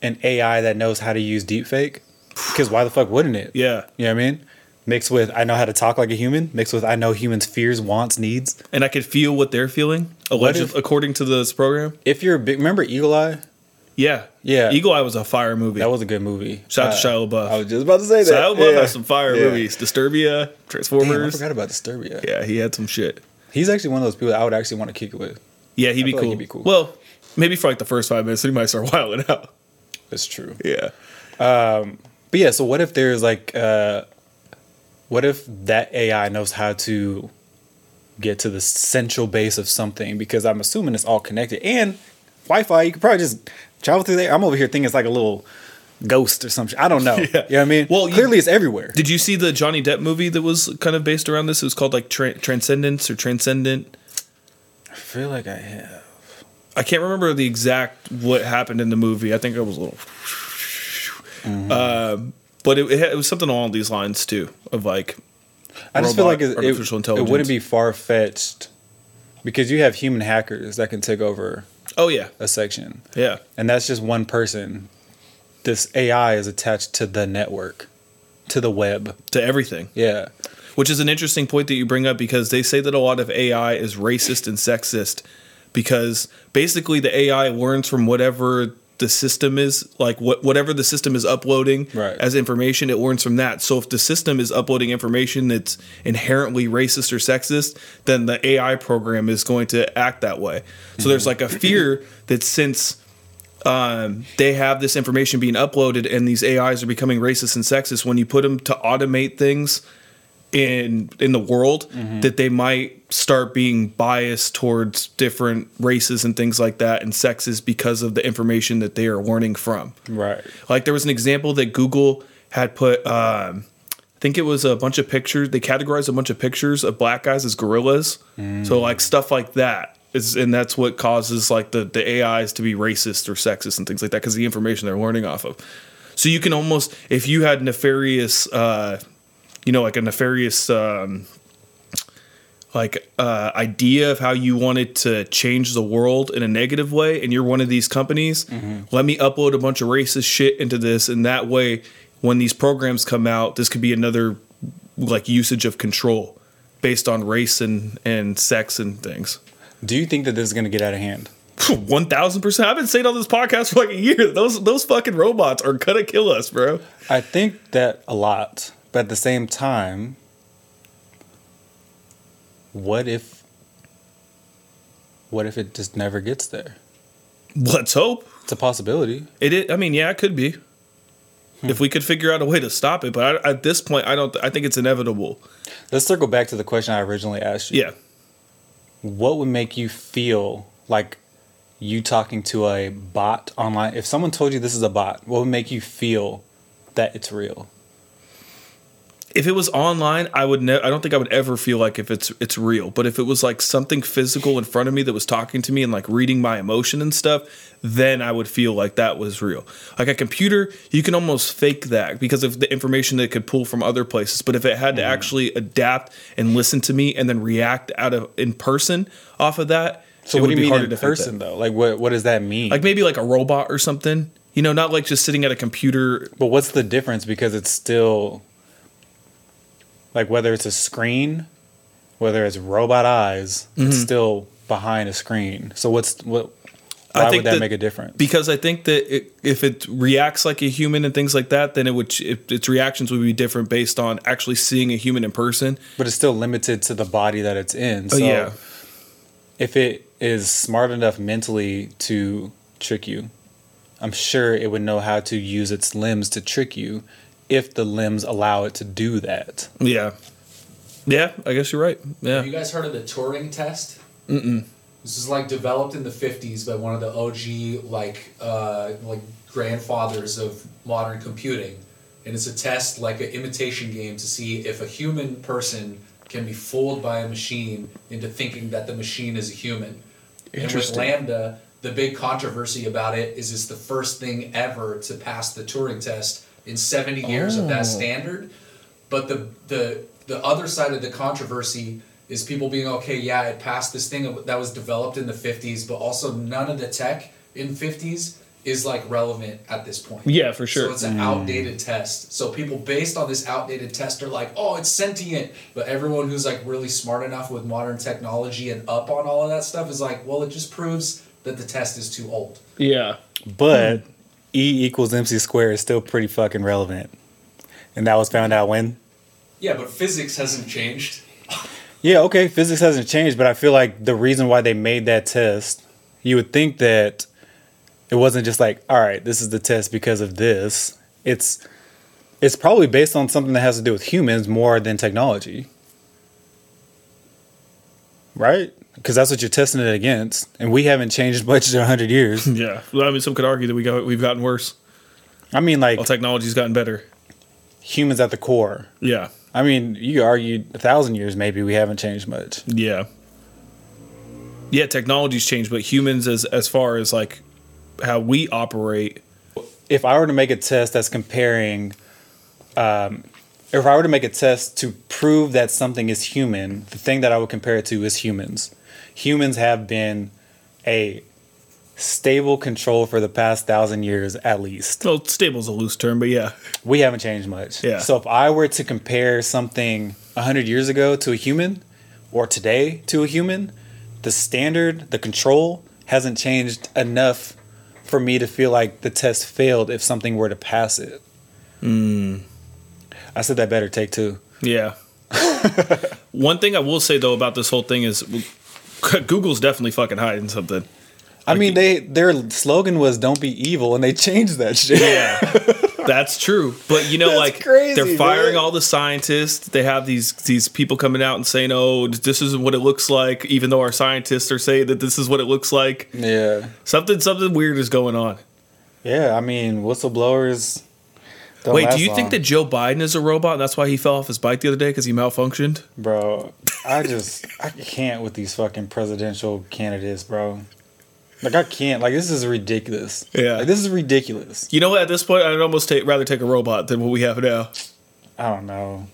[SPEAKER 3] an AI that knows how to use deepfake. Because why the fuck wouldn't it?
[SPEAKER 4] Yeah.
[SPEAKER 3] You know what I mean? Mixed with I know how to talk like a human. Mixed with I know humans' fears, wants, needs.
[SPEAKER 4] And I could feel what they're feeling, alleged,
[SPEAKER 3] if-
[SPEAKER 4] according to this program.
[SPEAKER 3] If you're a big, remember Eagle Eye?
[SPEAKER 4] Yeah.
[SPEAKER 3] Yeah.
[SPEAKER 4] Eagle Eye was a fire movie.
[SPEAKER 3] That was a good movie.
[SPEAKER 4] Shout out to
[SPEAKER 3] Uh,
[SPEAKER 4] Shia LaBeouf.
[SPEAKER 3] I was just about to say that.
[SPEAKER 4] Shia LaBeouf
[SPEAKER 3] Yeah.
[SPEAKER 4] has some fire
[SPEAKER 3] Yeah.
[SPEAKER 4] movies. Disturbia,
[SPEAKER 3] Damn, I
[SPEAKER 4] Transformers.
[SPEAKER 3] forgot about Disturbia.
[SPEAKER 4] yeah, he had some shit.
[SPEAKER 3] He's actually one of those people that I would actually want to kick it with.
[SPEAKER 4] Yeah, he'd be,
[SPEAKER 3] feel
[SPEAKER 4] cool.
[SPEAKER 3] like he'd be cool.
[SPEAKER 4] Well, maybe for like the first five minutes, he might start *laughs* wilding out.
[SPEAKER 3] That's true.
[SPEAKER 4] Yeah.
[SPEAKER 3] But yeah, so what if there's like, uh, what if that AI knows how to get to the central base of something? Because I'm assuming it's all connected and Wi-Fi. You could probably just travel through there. I'm over here thinking it's like a little ghost or something. I *laughs* don't know. You know what I mean?
[SPEAKER 4] Well, you-
[SPEAKER 3] clearly it's everywhere.
[SPEAKER 4] Did you see the Johnny Depp movie that was kind of based around this? It was called like Tran Transcendence or Transcendent.
[SPEAKER 3] I feel like I have.
[SPEAKER 4] I can't remember the exact what happened in the movie. I think I was a little.
[SPEAKER 3] Mm-hmm.
[SPEAKER 4] Um, but it, it, had- it was something along these lines too, of like
[SPEAKER 3] I just feel
[SPEAKER 4] Robot,
[SPEAKER 3] like it,
[SPEAKER 4] artificial
[SPEAKER 3] it, it
[SPEAKER 4] intelligence.
[SPEAKER 3] wouldn't be far fetched because you have human hackers that can take over
[SPEAKER 4] Oh yeah,
[SPEAKER 3] a section.
[SPEAKER 4] yeah,
[SPEAKER 3] and that's just one person. This AI is attached to the network, to the web.
[SPEAKER 4] to everything.
[SPEAKER 3] Yeah,
[SPEAKER 4] Which is an interesting point that you bring up because they say that a lot of AI is racist and sexist because basically the AI learns from whatever the system is like what whatever the system is uploading
[SPEAKER 3] Right.
[SPEAKER 4] as information it learns from that so if the system is uploading information that's inherently racist or sexist then the ai program is going to act that way so there's like a fear that since um, they have this information being uploaded and these ais are becoming racist and sexist when you put them to automate things in in the world that they might start being biased towards different races and things like that and sexes because of the information that they are learning from.
[SPEAKER 3] right.
[SPEAKER 4] Like there was an example that Google had put. Um, I think it was a bunch of pictures. They categorized a bunch of pictures of black guys as gorillas. So like stuff like that is, and that's what causes like the the AIs to be racist or sexist and things like that because the information they're learning off of. So you can almost, if you had nefarious, uh, you know, like a nefarious. Um, like uh, idea of how you wanted to change the world in a negative way and you're one of these companies let me upload a bunch of racist shit into this and that way when these programs come out this could be another like usage of control based on race and and sex and things *laughs*
[SPEAKER 3] Do you think that this is gonna get out of hand?
[SPEAKER 4] 1000% i've been saying on this podcast for like a year those those fucking robots are gonna kill us bro
[SPEAKER 3] I think that a lot, but at the same time, what if? What if it just never gets there?
[SPEAKER 4] let's hope
[SPEAKER 3] It's a possibility.
[SPEAKER 4] It. i- I mean, yeah, it could be. If we could figure out a way to stop it, but I, at this point, I don't. I think it's inevitable.
[SPEAKER 3] Let's circle back to the question I originally asked you.
[SPEAKER 4] Yeah,
[SPEAKER 3] what would make you feel like you talking to a bot online? If someone told you this is a bot, what would make you feel that it's real?
[SPEAKER 4] if it was online, I would. Ne- I don't think I would ever feel like if it's it's real. But if it was like something physical in front of me that was talking to me and like reading my emotion and stuff, then I would feel like that was real. Like a computer, you can almost fake that because of the information that it could pull from other places. But if it
[SPEAKER 3] Mm.
[SPEAKER 4] had to actually adapt and listen to me and then react out of in person off of that,
[SPEAKER 3] So
[SPEAKER 4] it
[SPEAKER 3] what
[SPEAKER 4] would
[SPEAKER 3] do
[SPEAKER 4] be
[SPEAKER 3] you mean
[SPEAKER 4] harder
[SPEAKER 3] in
[SPEAKER 4] to fake that.
[SPEAKER 3] person though? Like what what does that mean?
[SPEAKER 4] like maybe like a robot or something. You know, not like just sitting at a computer.
[SPEAKER 3] but what's the difference? Because it's still like whether it's a screen, whether it's robot eyes, it's
[SPEAKER 4] Mm-hmm.
[SPEAKER 3] still behind a screen. So what's what?
[SPEAKER 4] I
[SPEAKER 3] Why
[SPEAKER 4] think
[SPEAKER 3] would that,
[SPEAKER 4] that-
[SPEAKER 3] make a difference?
[SPEAKER 4] Because I think that it, if it reacts like a human and things like that, then it would ch- it, its reactions would be different based on actually seeing a human in person.
[SPEAKER 3] but it's still limited to the body that it's in. So
[SPEAKER 4] So-
[SPEAKER 3] if it is smart enough mentally to trick you, I'm sure it would know how to use its limbs to trick you if the limbs allow it to do that.
[SPEAKER 4] yeah. Yeah, I guess you're right.
[SPEAKER 1] Have
[SPEAKER 4] Yeah.
[SPEAKER 1] you guys heard of the Turing test? Mm-mm. This is like developed in the '50s by one of the OG like uh, like grandfathers of modern computing, and it's a test like an imitation game to see if a human person can be fooled by a machine into thinking that the machine is a human. And with
[SPEAKER 4] Interesting.
[SPEAKER 1] Lambda, the big controversy about it is it's the first thing ever to pass the Turing test in 70 years of
[SPEAKER 4] Oh.
[SPEAKER 1] that standard. But the the the other side of the controversy is people being okay, yeah, it passed this thing that was developed in the '50s, but also none of the tech in '50s is like relevant at this point.
[SPEAKER 4] Yeah, for sure.
[SPEAKER 1] So it's an outdated test. So people based on this outdated test are like, oh, it's sentient. But everyone who's like really smart enough with modern technology and up on all of that stuff is like, well, it just proves that the test is too old.
[SPEAKER 4] Yeah.
[SPEAKER 3] But E equals MC squared is still pretty fucking relevant. And that was found out when?
[SPEAKER 1] Yeah, but physics hasn't changed.
[SPEAKER 3] Yeah, okay, physics hasn't changed, but I feel like the reason why they made that test, you would think that it wasn't just like, all right, this is the test because of this. It's it's probably based on something that has to do with humans more than technology. Right? Because that's what you're testing it against, and we haven't changed *laughs* much in 100 years.
[SPEAKER 4] Yeah. Well, I mean, some could argue that we got we've gotten worse.
[SPEAKER 3] I mean, like
[SPEAKER 4] Well, technology's gotten better.
[SPEAKER 3] humans at the core.
[SPEAKER 4] Yeah.
[SPEAKER 3] I mean, you argued a thousand years, maybe we haven't changed much.
[SPEAKER 4] Yeah. Yeah, technology's changed, but humans as as far as like how we operate.
[SPEAKER 3] If I were to make a test that's comparing, um, if I were to make a test to prove that something is human, the thing that I would compare it to is humans. Humans have been a stable control for the past thousand years at least.
[SPEAKER 4] Well, stable's a loose term, but yeah.
[SPEAKER 3] We haven't changed much.
[SPEAKER 4] Yeah.
[SPEAKER 3] So if I were to compare something 100 years ago to a human or today to a human, the standard, the control hasn't changed enough for me to feel like the test failed if something were to pass it.
[SPEAKER 4] Hmm.
[SPEAKER 3] I said that better take two. *laughs*
[SPEAKER 4] Yeah. One thing I will say though about this whole thing is *laughs* Google's definitely fucking hiding something.
[SPEAKER 3] I mean, they their slogan was "Don't be evil," and they changed that shit.
[SPEAKER 4] Yeah. That's true. But you know, like
[SPEAKER 3] crazy,
[SPEAKER 4] they're firing
[SPEAKER 3] man.
[SPEAKER 4] all the scientists. They have these these people coming out and saying, Oh, this is what it looks like, even though our scientists are saying that this is what it looks like.
[SPEAKER 3] *laughs* Yeah,
[SPEAKER 4] Something something weird is going on.
[SPEAKER 3] yeah. I mean, whistleblowers. Don't
[SPEAKER 4] Wait,
[SPEAKER 3] last
[SPEAKER 4] do you
[SPEAKER 3] long.
[SPEAKER 4] think that Joe Biden is a robot and that's why he fell off his bike the other day because he malfunctioned?
[SPEAKER 3] Bro, I just I can't with these fucking presidential candidates, bro. Like I can't. Like this is ridiculous.
[SPEAKER 4] Yeah.
[SPEAKER 3] Like, this is ridiculous.
[SPEAKER 4] You know what? At this point, I'd almost take, rather take a robot than what we have now.
[SPEAKER 3] I don't know.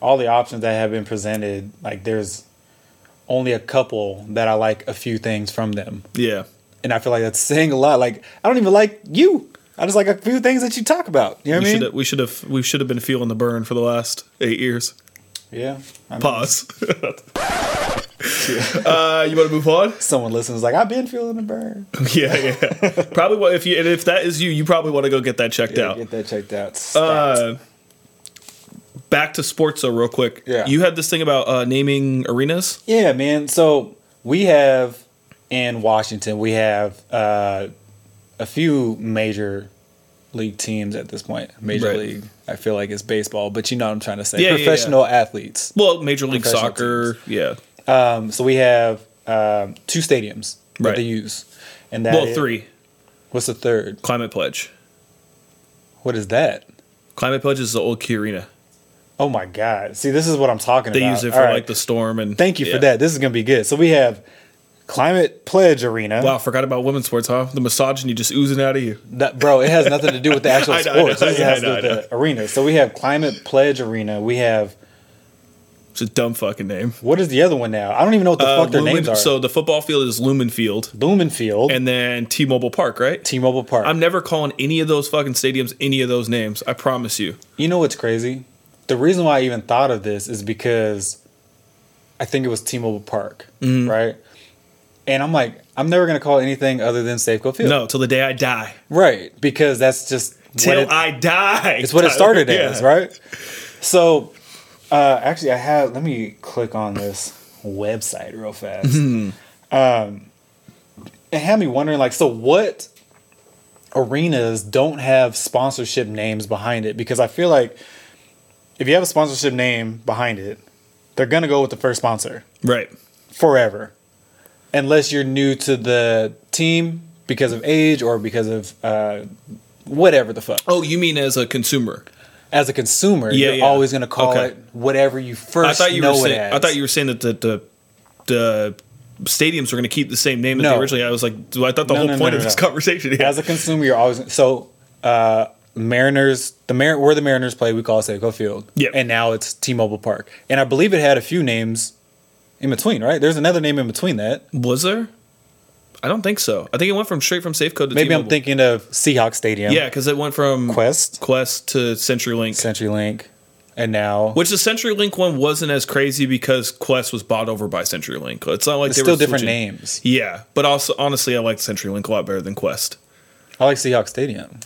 [SPEAKER 3] All the options that have been presented, like there's only a couple that I like a few things from them,
[SPEAKER 4] Yeah.
[SPEAKER 3] and I feel like that's saying a lot. Like I don't even like you. I just like a few things that you talk about. You know what
[SPEAKER 4] We
[SPEAKER 3] I
[SPEAKER 4] should
[SPEAKER 3] mean?
[SPEAKER 4] have we should have we should have been feeling the burn for the last eight years.
[SPEAKER 3] Yeah. I mean,
[SPEAKER 4] Pause. *laughs* uh, you want to move
[SPEAKER 3] *laughs*
[SPEAKER 4] on?
[SPEAKER 3] someone listens like I've been feeling the burn.
[SPEAKER 4] Yeah, yeah. probably what if you and if that is you, you probably want to go get that checked
[SPEAKER 3] Yeah,
[SPEAKER 4] out.
[SPEAKER 3] Get that checked out.
[SPEAKER 4] uh, back to sports though, real quick.
[SPEAKER 3] Yeah.
[SPEAKER 4] You had this thing about uh, naming arenas.
[SPEAKER 3] Yeah, man. So we have in Washington, we have uh, a few major league teams at this point. Major
[SPEAKER 4] Right.
[SPEAKER 3] league, I feel like it's baseball, but you know what I'm trying to say.
[SPEAKER 4] Yeah, yeah, yeah.
[SPEAKER 3] Professional athletes.
[SPEAKER 4] Well, Major League
[SPEAKER 3] Professional
[SPEAKER 4] Soccer. Yeah.
[SPEAKER 3] Um, so we have um, two stadiums
[SPEAKER 4] Right.
[SPEAKER 3] that they use, and that
[SPEAKER 4] Well,
[SPEAKER 3] is-
[SPEAKER 4] three.
[SPEAKER 3] What's the third?
[SPEAKER 4] Climate Pledge.
[SPEAKER 3] What is that?
[SPEAKER 4] Climate Pledge is the old Key Arena.
[SPEAKER 3] Oh my God! See, this is what I'm talking
[SPEAKER 4] They
[SPEAKER 3] about.
[SPEAKER 4] use it for
[SPEAKER 3] All right.
[SPEAKER 4] like the storm and.
[SPEAKER 3] Thank you
[SPEAKER 4] yeah.
[SPEAKER 3] for that. This is gonna be good. So we have Climate Pledge Arena.
[SPEAKER 4] Wow, forgot about women's sports, huh? The misogyny just oozing out of you.
[SPEAKER 3] That, bro, it has nothing to do
[SPEAKER 4] *laughs*
[SPEAKER 3] with the actual
[SPEAKER 4] I know, I know,
[SPEAKER 3] sports. It
[SPEAKER 4] I know,
[SPEAKER 3] has to
[SPEAKER 4] I
[SPEAKER 3] do
[SPEAKER 4] know,
[SPEAKER 3] with
[SPEAKER 4] I know.
[SPEAKER 3] the arena. So we have Climate Pledge Arena. We have
[SPEAKER 4] It's a dumb fucking name.
[SPEAKER 3] what is the other one now? I don't even know what the
[SPEAKER 4] Uh,
[SPEAKER 3] fuck their
[SPEAKER 4] Lumen-
[SPEAKER 3] names are. Oh.
[SPEAKER 4] So the football field is Lumen Field,
[SPEAKER 3] Blumenfield and
[SPEAKER 4] and then T-Mobile Park, right?
[SPEAKER 3] T-Mobile Park.
[SPEAKER 4] I'm never calling any of those fucking stadiums any of those names. I promise you.
[SPEAKER 3] you know what's crazy? The reason why I even thought of this is because I think it was T-Mobile Park,
[SPEAKER 4] Mm-hmm.
[SPEAKER 3] right? And I'm like, I'm never gonna call it anything other than Safeco Field,
[SPEAKER 4] No, till the day I die.
[SPEAKER 3] right? Because that's just what
[SPEAKER 4] Till
[SPEAKER 3] it-
[SPEAKER 4] I die.
[SPEAKER 3] It's what it
[SPEAKER 4] Tyler.
[SPEAKER 3] started
[SPEAKER 4] *laughs* Yeah.
[SPEAKER 3] as, right? So, uh, actually, I have. Let me click on this website real fast. um, it had me wondering, like, so what arenas don't have sponsorship names behind it? Because I feel like if you have a sponsorship name behind it, they're gonna go with the first sponsor
[SPEAKER 4] Right.
[SPEAKER 3] forever, unless you're new to the team because of age or because of uh, whatever the fuck.
[SPEAKER 4] Oh, you mean as a consumer?
[SPEAKER 3] As a consumer,
[SPEAKER 4] Yeah,
[SPEAKER 3] you're
[SPEAKER 4] yeah.
[SPEAKER 3] always gonna call
[SPEAKER 4] Okay.
[SPEAKER 3] it whatever you
[SPEAKER 4] I
[SPEAKER 3] first
[SPEAKER 4] thought you
[SPEAKER 3] know
[SPEAKER 4] were
[SPEAKER 3] it
[SPEAKER 4] saying.
[SPEAKER 3] as.
[SPEAKER 4] I thought you were saying that the the, the stadiums were going to keep the same name that
[SPEAKER 3] No.
[SPEAKER 4] they originally. I was like, do- I thought the
[SPEAKER 3] No,
[SPEAKER 4] whole
[SPEAKER 3] no, no,
[SPEAKER 4] point
[SPEAKER 3] no,
[SPEAKER 4] of
[SPEAKER 3] no.
[SPEAKER 4] this conversation. Yeah.
[SPEAKER 3] as a consumer, you're always so. Uh, Mariners, the Mar- where the Mariners play, we call it Safeco Field.
[SPEAKER 4] Yep.
[SPEAKER 3] and now it's T-Mobile Park. And I believe it had a few names in between, right? There's another name in between that.
[SPEAKER 4] *laughs* was there? I don't think so. I think it went from straight from Safeco to
[SPEAKER 3] Maybe I'm
[SPEAKER 4] T-Mobile.
[SPEAKER 3] thinking of Seahawks Stadium.
[SPEAKER 4] Yeah, because it went from
[SPEAKER 3] Quest,
[SPEAKER 4] Quest to CenturyLink.
[SPEAKER 3] CenturyLink, and now
[SPEAKER 4] Which the CenturyLink one wasn't as crazy because Quest was bought over by CenturyLink. It's not like
[SPEAKER 3] it's
[SPEAKER 4] they
[SPEAKER 3] still
[SPEAKER 4] were
[SPEAKER 3] different
[SPEAKER 4] switching-
[SPEAKER 3] names.
[SPEAKER 4] Yeah, but also honestly, I liked CenturyLink a lot better than Quest.
[SPEAKER 3] I like Seahawks Stadium.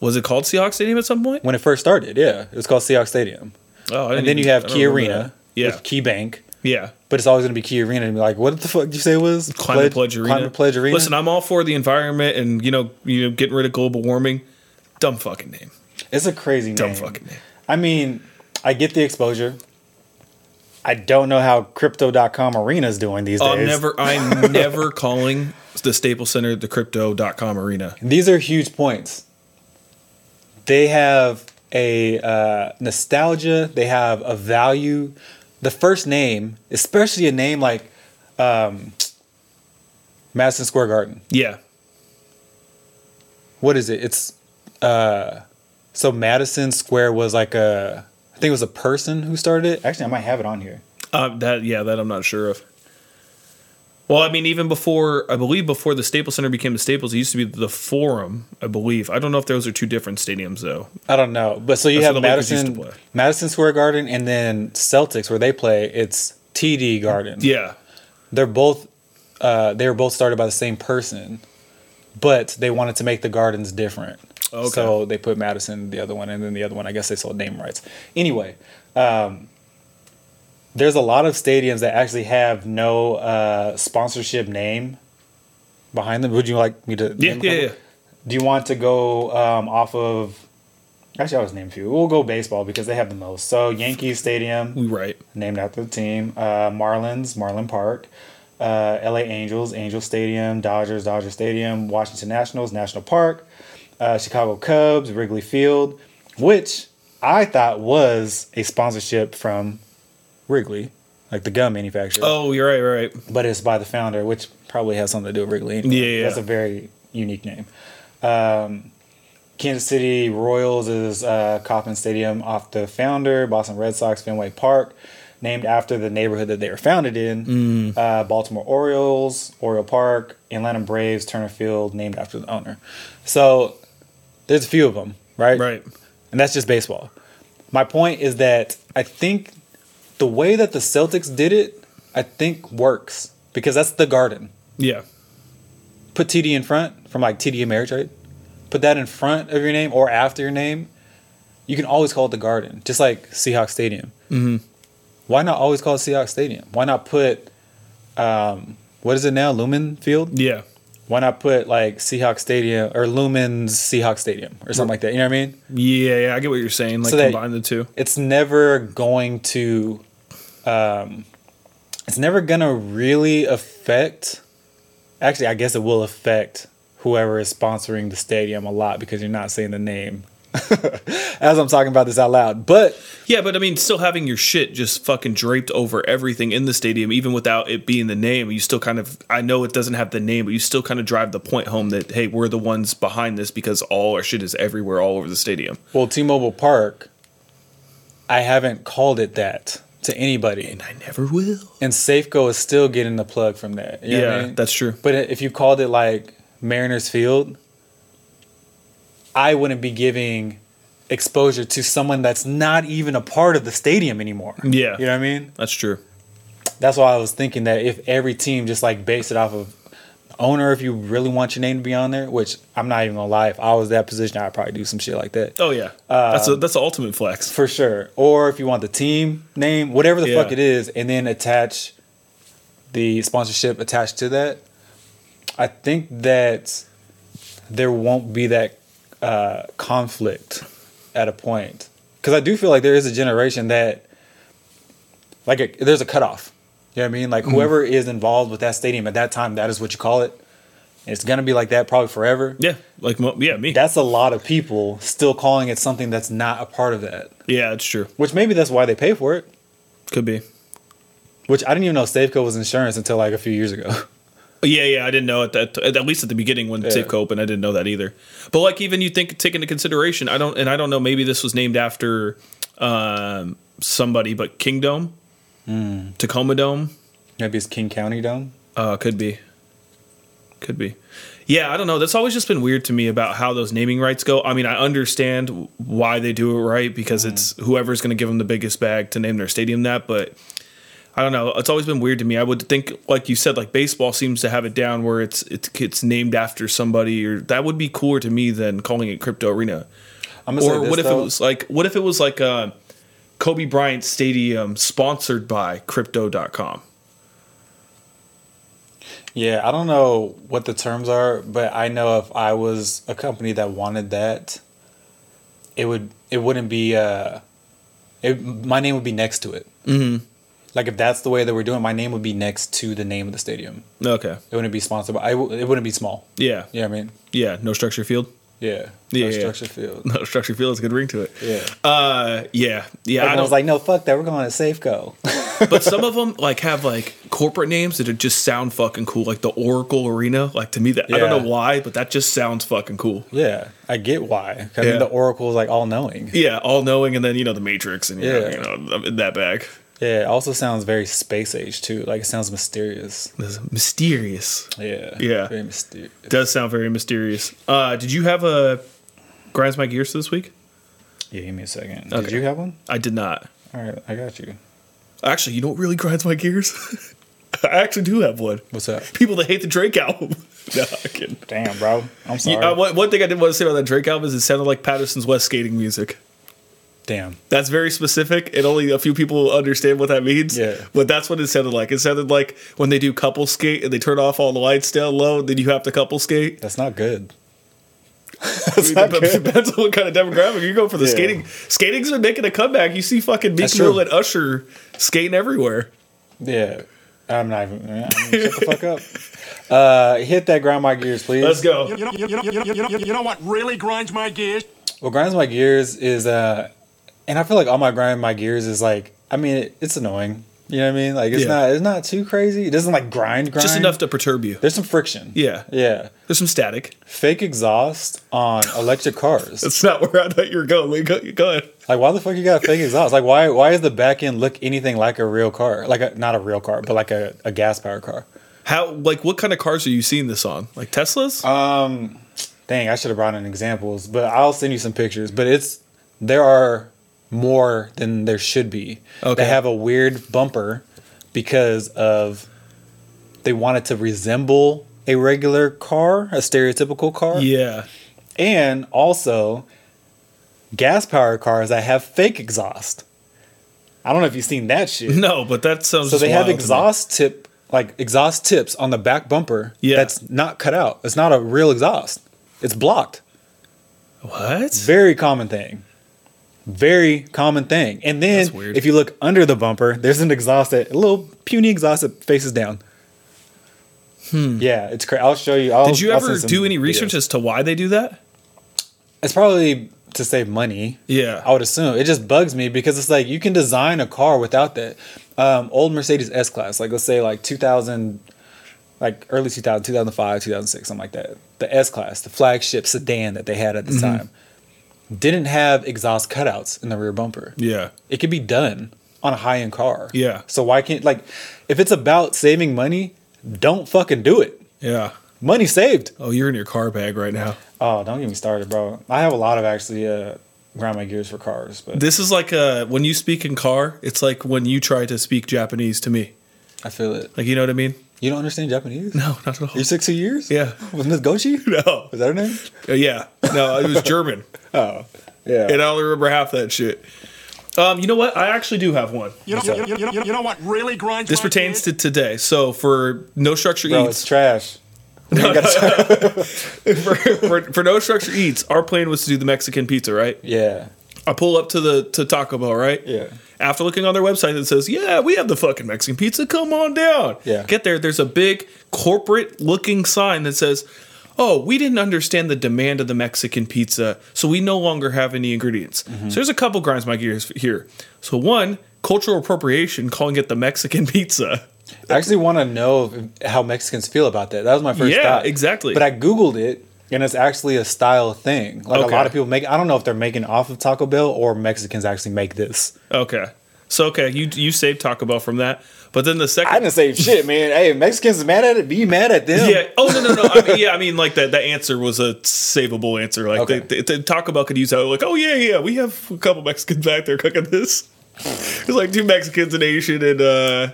[SPEAKER 4] Was it called Seahawks Stadium at some point?
[SPEAKER 3] When it first started, yeah, it was called Seahawks Stadium.
[SPEAKER 4] Oh, I didn't
[SPEAKER 3] And then
[SPEAKER 4] even-
[SPEAKER 3] you have
[SPEAKER 4] I don't
[SPEAKER 3] Key
[SPEAKER 4] remember
[SPEAKER 3] Arena,
[SPEAKER 4] that. Yeah,
[SPEAKER 3] with Key Bank,
[SPEAKER 4] yeah.
[SPEAKER 3] but it's always going to be Key Arena. And be like, what the fuck did you say it was?
[SPEAKER 4] Climate Pledge Arena.
[SPEAKER 3] Climate Pledge Arena.
[SPEAKER 4] Listen, I'm all for the environment and you know, you know, getting rid of global warming. Dumb fucking name.
[SPEAKER 3] it's a crazy
[SPEAKER 4] Dumb
[SPEAKER 3] name.
[SPEAKER 4] fucking name.
[SPEAKER 3] I mean, I get the exposure. I don't know how Crypto.com Arena is doing these
[SPEAKER 4] I'm
[SPEAKER 3] days.
[SPEAKER 4] Oh, never
[SPEAKER 3] *laughs*
[SPEAKER 4] I'm never calling the Staples Center the crypto.com arena.
[SPEAKER 3] These are huge points. They have a uh, nostalgia. They have a value. The first name, especially a name like um, Madison Square Garden.
[SPEAKER 4] Yeah.
[SPEAKER 3] What is it? It's uh, so Madison Square was like a. I think it was a person who started it. Actually, I might have it on here.
[SPEAKER 4] Um, that yeah, that I'm not sure of. Well, I mean, even before I believe before the Staples Center became the Staples, it used to be the Forum, I believe. I don't know if those are two different stadiums though.
[SPEAKER 3] I don't know, but so you
[SPEAKER 4] That's
[SPEAKER 3] have
[SPEAKER 4] where the Lakers used to
[SPEAKER 3] Madison
[SPEAKER 4] play.
[SPEAKER 3] Madison Square Garden and then Celtics where they play. It's TD Garden.
[SPEAKER 4] Yeah,
[SPEAKER 3] they're both uh, they were both started by the same person, but they wanted to make the gardens different.
[SPEAKER 4] Okay.
[SPEAKER 3] So they put Madison the other one, and then the other one. I guess they sold name rights. Anyway, um, there's a lot of stadiums that actually have no uh, sponsorship name behind them. Would you like me to?
[SPEAKER 4] yeah,
[SPEAKER 3] name a
[SPEAKER 4] yeah,
[SPEAKER 3] couple?
[SPEAKER 4] yeah.
[SPEAKER 3] Do you want to go um, off of? Actually, I was named a few. We'll go baseball because they have the most. So Yankee Stadium
[SPEAKER 4] We right.
[SPEAKER 3] named after the team. Uh, Marlins, Marlin Park. Uh, LA Angels, Angel Stadium. Dodgers, Dodger Stadium. Washington Nationals, National Park. Uh, Chicago Cubs, Wrigley Field, which I thought was a sponsorship from Wrigley, like the gum manufacturer.
[SPEAKER 4] Oh, you're right, you're right.
[SPEAKER 3] But it's by the founder, which probably has something to do with Wrigley. Anyway.
[SPEAKER 4] Yeah, yeah.
[SPEAKER 3] That's a very unique name. Um, Kansas City Royals is uh, Kauffman Stadium off the founder. Boston Red Sox Fenway Park, named after the neighborhood that they were founded in.
[SPEAKER 4] Mm.
[SPEAKER 3] Uh, Baltimore Orioles Oriole Park, Atlanta Braves Turner Field, named after the owner. So there's a few of them, right?
[SPEAKER 4] Right.
[SPEAKER 3] And that's just baseball. My point is that I think the way that the Celtics did it, I think works because that's the garden.
[SPEAKER 4] Yeah.
[SPEAKER 3] Put TD in front from like TD Ameritrade. Put that in front of your name or after your name. You can always call it the garden, just like Seahawks Stadium. Mm-hmm. Why not always call it Seahawks Stadium? Why not put, um, what is it now, Lumen Field?
[SPEAKER 4] Yeah.
[SPEAKER 3] Why not put like Seahawks Stadium or Lumen's Seahawks Stadium or something like that? You know what I mean?
[SPEAKER 4] Yeah, yeah, I get what you're saying. Like
[SPEAKER 3] So that-
[SPEAKER 4] combine the two.
[SPEAKER 3] it's never going to um it's never gonna really affect actually i guess it will affect whoever is sponsoring the stadium a lot because you're not saying the name *laughs* as i'm talking about this out loud but
[SPEAKER 4] Yeah, but I mean, still having your shit just fucking draped over everything in the stadium, even without it being the name, you still kind of, I know it doesn't have the name, but you still kind of drive the point home that, hey, we're the ones behind this because all our shit is everywhere, all over the stadium.
[SPEAKER 3] well t-mobile park i haven't called it that to anybody
[SPEAKER 4] And I never will.
[SPEAKER 3] and safeco is still getting the plug from that you know what I
[SPEAKER 4] yeah,
[SPEAKER 3] mean?
[SPEAKER 4] that's true.
[SPEAKER 3] But if you called it like Mariners Field, I wouldn't be giving exposure to someone that's not even a part of the stadium anymore.
[SPEAKER 4] Yeah.
[SPEAKER 3] You know what I mean?
[SPEAKER 4] That's true.
[SPEAKER 3] That's why I was thinking that if every team just like based it off of owner, if you really want your name to be on there, which I'm not even gonna lie, if I was that position, I'd probably do some shit like that.
[SPEAKER 4] Oh, yeah. that's, a, that's the ultimate flex.
[SPEAKER 3] For sure. Or if you want the team name, whatever the
[SPEAKER 4] Yeah.
[SPEAKER 3] fuck it is, and then attach the sponsorship attached to that. I think that there won't be that uh, conflict at a point. Because I do feel like there is a generation that like a, there's a cutoff. You know what I mean? Like whoever is involved with that stadium at that time, that is what you call it. And it's gonna be like that probably forever.
[SPEAKER 4] Yeah, like mo- yeah, me.
[SPEAKER 3] That's a lot of people still calling it something that's not a part of that.
[SPEAKER 4] yeah, it's true.
[SPEAKER 3] Which maybe that's why they pay for it.
[SPEAKER 4] Could be.
[SPEAKER 3] Which I didn't even know Safeco was insurance until like a few years ago. *laughs*
[SPEAKER 4] Yeah, yeah, I didn't know at that at least at the beginning when
[SPEAKER 3] Yeah.
[SPEAKER 4] Safeco opened, I didn't know that either. But like even you think take into consideration, I don't and I don't know maybe this was named after um, somebody, but Kingdom, Tacoma Dome,
[SPEAKER 3] Maybe it's King County Dome.
[SPEAKER 4] uh, could be, could be. Yeah, I don't know. That's always just been weird to me about how those naming rights go. I mean, I understand why they do it right
[SPEAKER 3] Mm-hmm.
[SPEAKER 4] because it's whoever's going to give them the biggest bag to name their stadium that, but I don't know. It's always been weird to me. I would think, like you said, like baseball seems to have it down where it's it's it's named after somebody, or that would be cooler to me than calling it Crypto Arena.
[SPEAKER 3] I'm
[SPEAKER 4] Or what if
[SPEAKER 3] though.
[SPEAKER 4] it was like what if it was like uh, Kobe Bryant Stadium sponsored by Crypto.com?
[SPEAKER 3] Yeah, I don't know what the terms are, but I know if I was a company that wanted that, it would it wouldn't be uh, it my name would be next to it. Mm-hmm. Like if that's the way that we're doing, my name would be next to the name of the stadium.
[SPEAKER 4] Okay.
[SPEAKER 3] It wouldn't be sponsored, by I w- it wouldn't be small.
[SPEAKER 4] Yeah.
[SPEAKER 3] Yeah, I mean,
[SPEAKER 4] Yeah, no structure field. *laughs*
[SPEAKER 3] yeah, No
[SPEAKER 4] Yeah, yeah.
[SPEAKER 3] structure field.
[SPEAKER 4] No structure field. It's a good ring to it.
[SPEAKER 3] Yeah,
[SPEAKER 4] Uh, yeah, yeah. I
[SPEAKER 3] I
[SPEAKER 4] don't,
[SPEAKER 3] was like, no, fuck that. We're going to Safeco.
[SPEAKER 4] but some
[SPEAKER 3] *laughs*
[SPEAKER 4] of them like have like corporate names that are just sound fucking cool, like the Oracle Arena. Like to me, that I don't
[SPEAKER 3] Yeah.
[SPEAKER 4] know why, but that just sounds fucking cool.
[SPEAKER 3] yeah, I get why. I
[SPEAKER 4] Yeah.
[SPEAKER 3] mean, the Oracle is like all knowing.
[SPEAKER 4] Yeah, all knowing, and then you know the Matrix, and yeah,
[SPEAKER 3] Yeah.
[SPEAKER 4] you know I'm in that bag.
[SPEAKER 3] Yeah, it also sounds very space age too. Like it sounds mysterious.
[SPEAKER 4] This is mysterious
[SPEAKER 3] Yeah.
[SPEAKER 4] Yeah.
[SPEAKER 3] Very mysterious.
[SPEAKER 4] does sound very mysterious. Uh, did you have a grinds my gears this week?
[SPEAKER 3] Yeah, give me a second. Did
[SPEAKER 4] Okay.
[SPEAKER 3] you have one?
[SPEAKER 4] I did not.
[SPEAKER 3] All right, I got you.
[SPEAKER 4] Actually, you know what really grinds my gears? *laughs* I actually do have one.
[SPEAKER 3] What's up?
[SPEAKER 4] People that hate the Drake album. *laughs* no, I'm kidding.
[SPEAKER 3] Damn, bro. I'm sorry.
[SPEAKER 4] You- uh, one, one thing I didn't want to say about that Drake album is it sounded like Patterson's West skating music.
[SPEAKER 3] Damn.
[SPEAKER 4] That's very specific, and only a few people understand what that means.
[SPEAKER 3] Yeah.
[SPEAKER 4] But that's what it sounded like. It sounded like when they do couple skate and they turn off all the lights down low, then you have to
[SPEAKER 3] *laughs*
[SPEAKER 4] couple skate.
[SPEAKER 3] That's not good.
[SPEAKER 4] *laughs* It dep- Depends on what kind of demographic you go for. The
[SPEAKER 3] Yeah.
[SPEAKER 4] skating, skating's been making a comeback. You see fucking Meek
[SPEAKER 3] That's true.
[SPEAKER 4] Mill and Usher skating everywhere.
[SPEAKER 3] Yeah. I'm not even. I mean, shut the fuck
[SPEAKER 4] *laughs*
[SPEAKER 3] up. Uh, hit that grind my gears, please.
[SPEAKER 4] Let's go.
[SPEAKER 5] You know, you, know, you, know, you, know, you know what really grinds my gears?
[SPEAKER 3] What grinds my gears is, uh, and I feel like all my grind my gears is like, I mean, it, it's annoying. You know what I mean? Like it's
[SPEAKER 4] Yeah.
[SPEAKER 3] not, it's not too crazy. It doesn't like grind, grind.
[SPEAKER 4] Just enough to perturb you.
[SPEAKER 3] There's some friction.
[SPEAKER 4] Yeah.
[SPEAKER 3] Yeah.
[SPEAKER 4] There's some static.
[SPEAKER 3] Fake exhaust on electric cars.
[SPEAKER 4] That's not where I thought you were going. Lee. Go, go ahead.
[SPEAKER 3] Like, why the fuck you got a fake exhaust? Like, why why does the back end look anything like a real car? Like, a, not a real car, but like a, a gas powered car.
[SPEAKER 4] How like what kind of cars are you seeing this on? Like Teslas?
[SPEAKER 3] Um, dang, I should have brought in examples, but I'll send you some pictures. But it's there are more than there should be.
[SPEAKER 4] Okay.
[SPEAKER 3] They have a weird bumper because of they want it to resemble a regular car, a stereotypical car,
[SPEAKER 4] yeah.
[SPEAKER 3] and also gas powered cars that have fake exhaust. I don't know if you've seen that shit.
[SPEAKER 4] No, but that sounds.
[SPEAKER 3] So
[SPEAKER 4] just
[SPEAKER 3] they have
[SPEAKER 4] Mm-hmm. wild to me.
[SPEAKER 3] exhaust tip like exhaust tips on the back bumper
[SPEAKER 4] Yeah.
[SPEAKER 3] that's not cut out. It's not a real exhaust. It's blocked.
[SPEAKER 4] What?
[SPEAKER 3] Very common thing. Very common thing. And then
[SPEAKER 4] That's weird.
[SPEAKER 3] if you look under the bumper, there's an exhaust that a little puny exhaust that faces down. Hmm. Yeah, it's crazy. I'll show you. I'll,
[SPEAKER 4] Did you
[SPEAKER 3] I'll
[SPEAKER 4] ever
[SPEAKER 3] send some
[SPEAKER 4] do any research
[SPEAKER 3] videos.
[SPEAKER 4] as to why they do that?
[SPEAKER 3] It's probably to save money.
[SPEAKER 4] Yeah.
[SPEAKER 3] I would assume it just bugs me because it's like you can design a car without that. Um, old Mercedes S class, like let's say like 2000, like early 2000, 2005, 2006, something like that. The S class, the flagship sedan that they had at the time, didn't have exhaust cutouts in the rear bumper.
[SPEAKER 4] yeah.
[SPEAKER 3] It could be done on a high end car.
[SPEAKER 4] Yeah.
[SPEAKER 3] So why can't like if it's about saving money, don't fucking do it.
[SPEAKER 4] Yeah.
[SPEAKER 3] Money saved.
[SPEAKER 4] Oh, you're in your car bag right now.
[SPEAKER 3] Oh, don't get me started, bro. I have a lot of actually uh, grind my gears for cars, but
[SPEAKER 4] This is like uh when you speak in car, it's like when you try to speak Japanese to me.
[SPEAKER 3] I feel it.
[SPEAKER 4] Like you know what I mean?
[SPEAKER 3] You don't understand Japanese?
[SPEAKER 4] No, not at all.
[SPEAKER 3] You're six two years?
[SPEAKER 4] Yeah.
[SPEAKER 3] With Miss Gochi?
[SPEAKER 4] *laughs* No.
[SPEAKER 3] Is that her name?
[SPEAKER 4] Uh, Yeah. No, it was German. *laughs*
[SPEAKER 3] Oh, Yeah.
[SPEAKER 4] and I only remember half that shit. Um, you know what? I actually do have one.
[SPEAKER 5] You know, you know, you know, you know what really grinds
[SPEAKER 4] This
[SPEAKER 5] my
[SPEAKER 4] pertains
[SPEAKER 5] gears?
[SPEAKER 4] to today. So for no structure
[SPEAKER 3] Bro,
[SPEAKER 4] eats,
[SPEAKER 3] it's trash. We ain't gotta talk-
[SPEAKER 4] *laughs* for, for, for no structure eats, our plan was to do the Mexican pizza, right?
[SPEAKER 3] yeah.
[SPEAKER 4] I pull up to the to Taco Bell, right?
[SPEAKER 3] Yeah.
[SPEAKER 4] After looking on their website, it says, "Yeah, we have the fucking Mexican pizza. Come on down."
[SPEAKER 3] Yeah.
[SPEAKER 4] Get there. There's a big corporate-looking sign that says, "Oh, we didn't understand the demand of the Mexican pizza, so we no longer have any ingredients."
[SPEAKER 3] Mm-hmm.
[SPEAKER 4] So there's a couple grinds my gears here. So one, cultural appropriation, calling it the Mexican *laughs* pizza.
[SPEAKER 3] I actually want to know if- how Mexicans feel about that. That was my first
[SPEAKER 4] Yeah,
[SPEAKER 3] thought.
[SPEAKER 4] exactly.
[SPEAKER 3] But I googled it, and it's actually a style thing. Like
[SPEAKER 4] Okay.
[SPEAKER 3] a lot of people make. I don't know if they're making off of Taco Bell or Mexicans actually make this.
[SPEAKER 4] Okay. So okay, you you saved Taco Bell from that, but then the second
[SPEAKER 3] I didn't say shit, man. Hey, if Mexicans is mad at it. Be mad at them.
[SPEAKER 4] Yeah. Oh no no no. I mean, yeah, I mean like that. That answer was a savable answer. Like
[SPEAKER 3] Okay.
[SPEAKER 4] they, they, they Taco Bell could use that. Like oh yeah yeah, we have a couple Mexicans back there cooking this. *laughs* It's like two Mexicans, an Asian, and uh,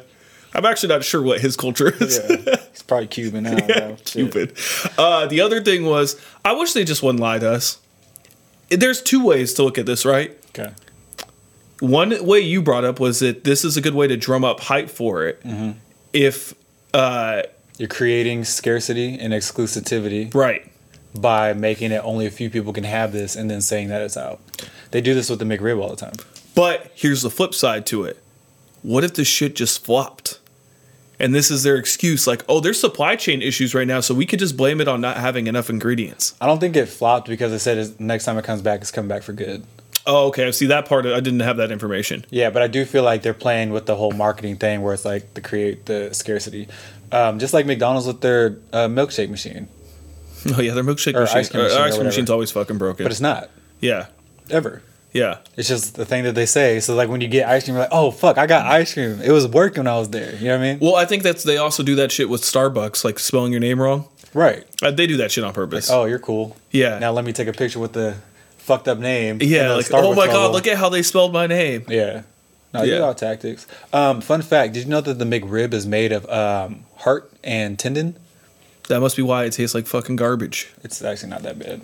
[SPEAKER 4] I'm actually not sure what his culture is.
[SPEAKER 3] *laughs*
[SPEAKER 4] *laughs*
[SPEAKER 3] Yeah. He's probably *laughs* Cuban now. bro. Shit.
[SPEAKER 4] Stupid. Uh, the other thing was, I wish they just wouldn't lie to us. There's two ways to look at this, right?
[SPEAKER 3] Okay.
[SPEAKER 4] one way you brought up was that this is a good way to drum up hype for it.
[SPEAKER 3] Mm-hmm.
[SPEAKER 4] If uh,
[SPEAKER 3] You're creating scarcity and exclusivity
[SPEAKER 4] right,
[SPEAKER 3] by making it only a few people can have this, and then saying that it's out. They do this with the McRib all the time.
[SPEAKER 4] but here's the flip side to it: what if this shit just flopped? And this is their excuse, like, oh, there's supply chain issues right now, so we could just blame it on not having enough ingredients.
[SPEAKER 3] I don't think it flopped because they said it's, next time it comes back, it's coming back for good.
[SPEAKER 4] Oh, okay. I see that part. I didn't have that information.
[SPEAKER 3] Yeah, but I do feel like they're playing with the whole marketing thing where it's like to create the scarcity. Um, just like McDonald's with their uh, milkshake machine,
[SPEAKER 4] *laughs* Oh yeah, their milkshake
[SPEAKER 3] Or
[SPEAKER 4] machine,
[SPEAKER 3] ice cream machine or
[SPEAKER 4] or ice cream
[SPEAKER 3] whatever.
[SPEAKER 4] machine's always fucking broken.
[SPEAKER 3] but it's not
[SPEAKER 4] yeah,
[SPEAKER 3] ever.
[SPEAKER 4] yeah.
[SPEAKER 3] It's just the thing that they say. So like when you get ice cream, you're like, oh fuck, I got ice cream. It was working when I was there. You know what I mean?
[SPEAKER 4] Well, I think that's they also do that shit with Starbucks, like spelling your name wrong.
[SPEAKER 3] right.
[SPEAKER 4] Uh, they do that shit on purpose.
[SPEAKER 3] Oh, you're cool.
[SPEAKER 4] Yeah.
[SPEAKER 3] Now let me take a picture with the fucked up name. and
[SPEAKER 4] Yeah,
[SPEAKER 3] the
[SPEAKER 4] like oh
[SPEAKER 3] Starbucks
[SPEAKER 4] my god,
[SPEAKER 3] logo."
[SPEAKER 4] look at how they spelled my name.
[SPEAKER 3] yeah. No,
[SPEAKER 4] Yeah.
[SPEAKER 3] you all tactics. Um, fun fact: Did you know that the McRib is made of um, heart and tendon?
[SPEAKER 4] That must be why it tastes like fucking garbage.
[SPEAKER 3] It's actually not that bad.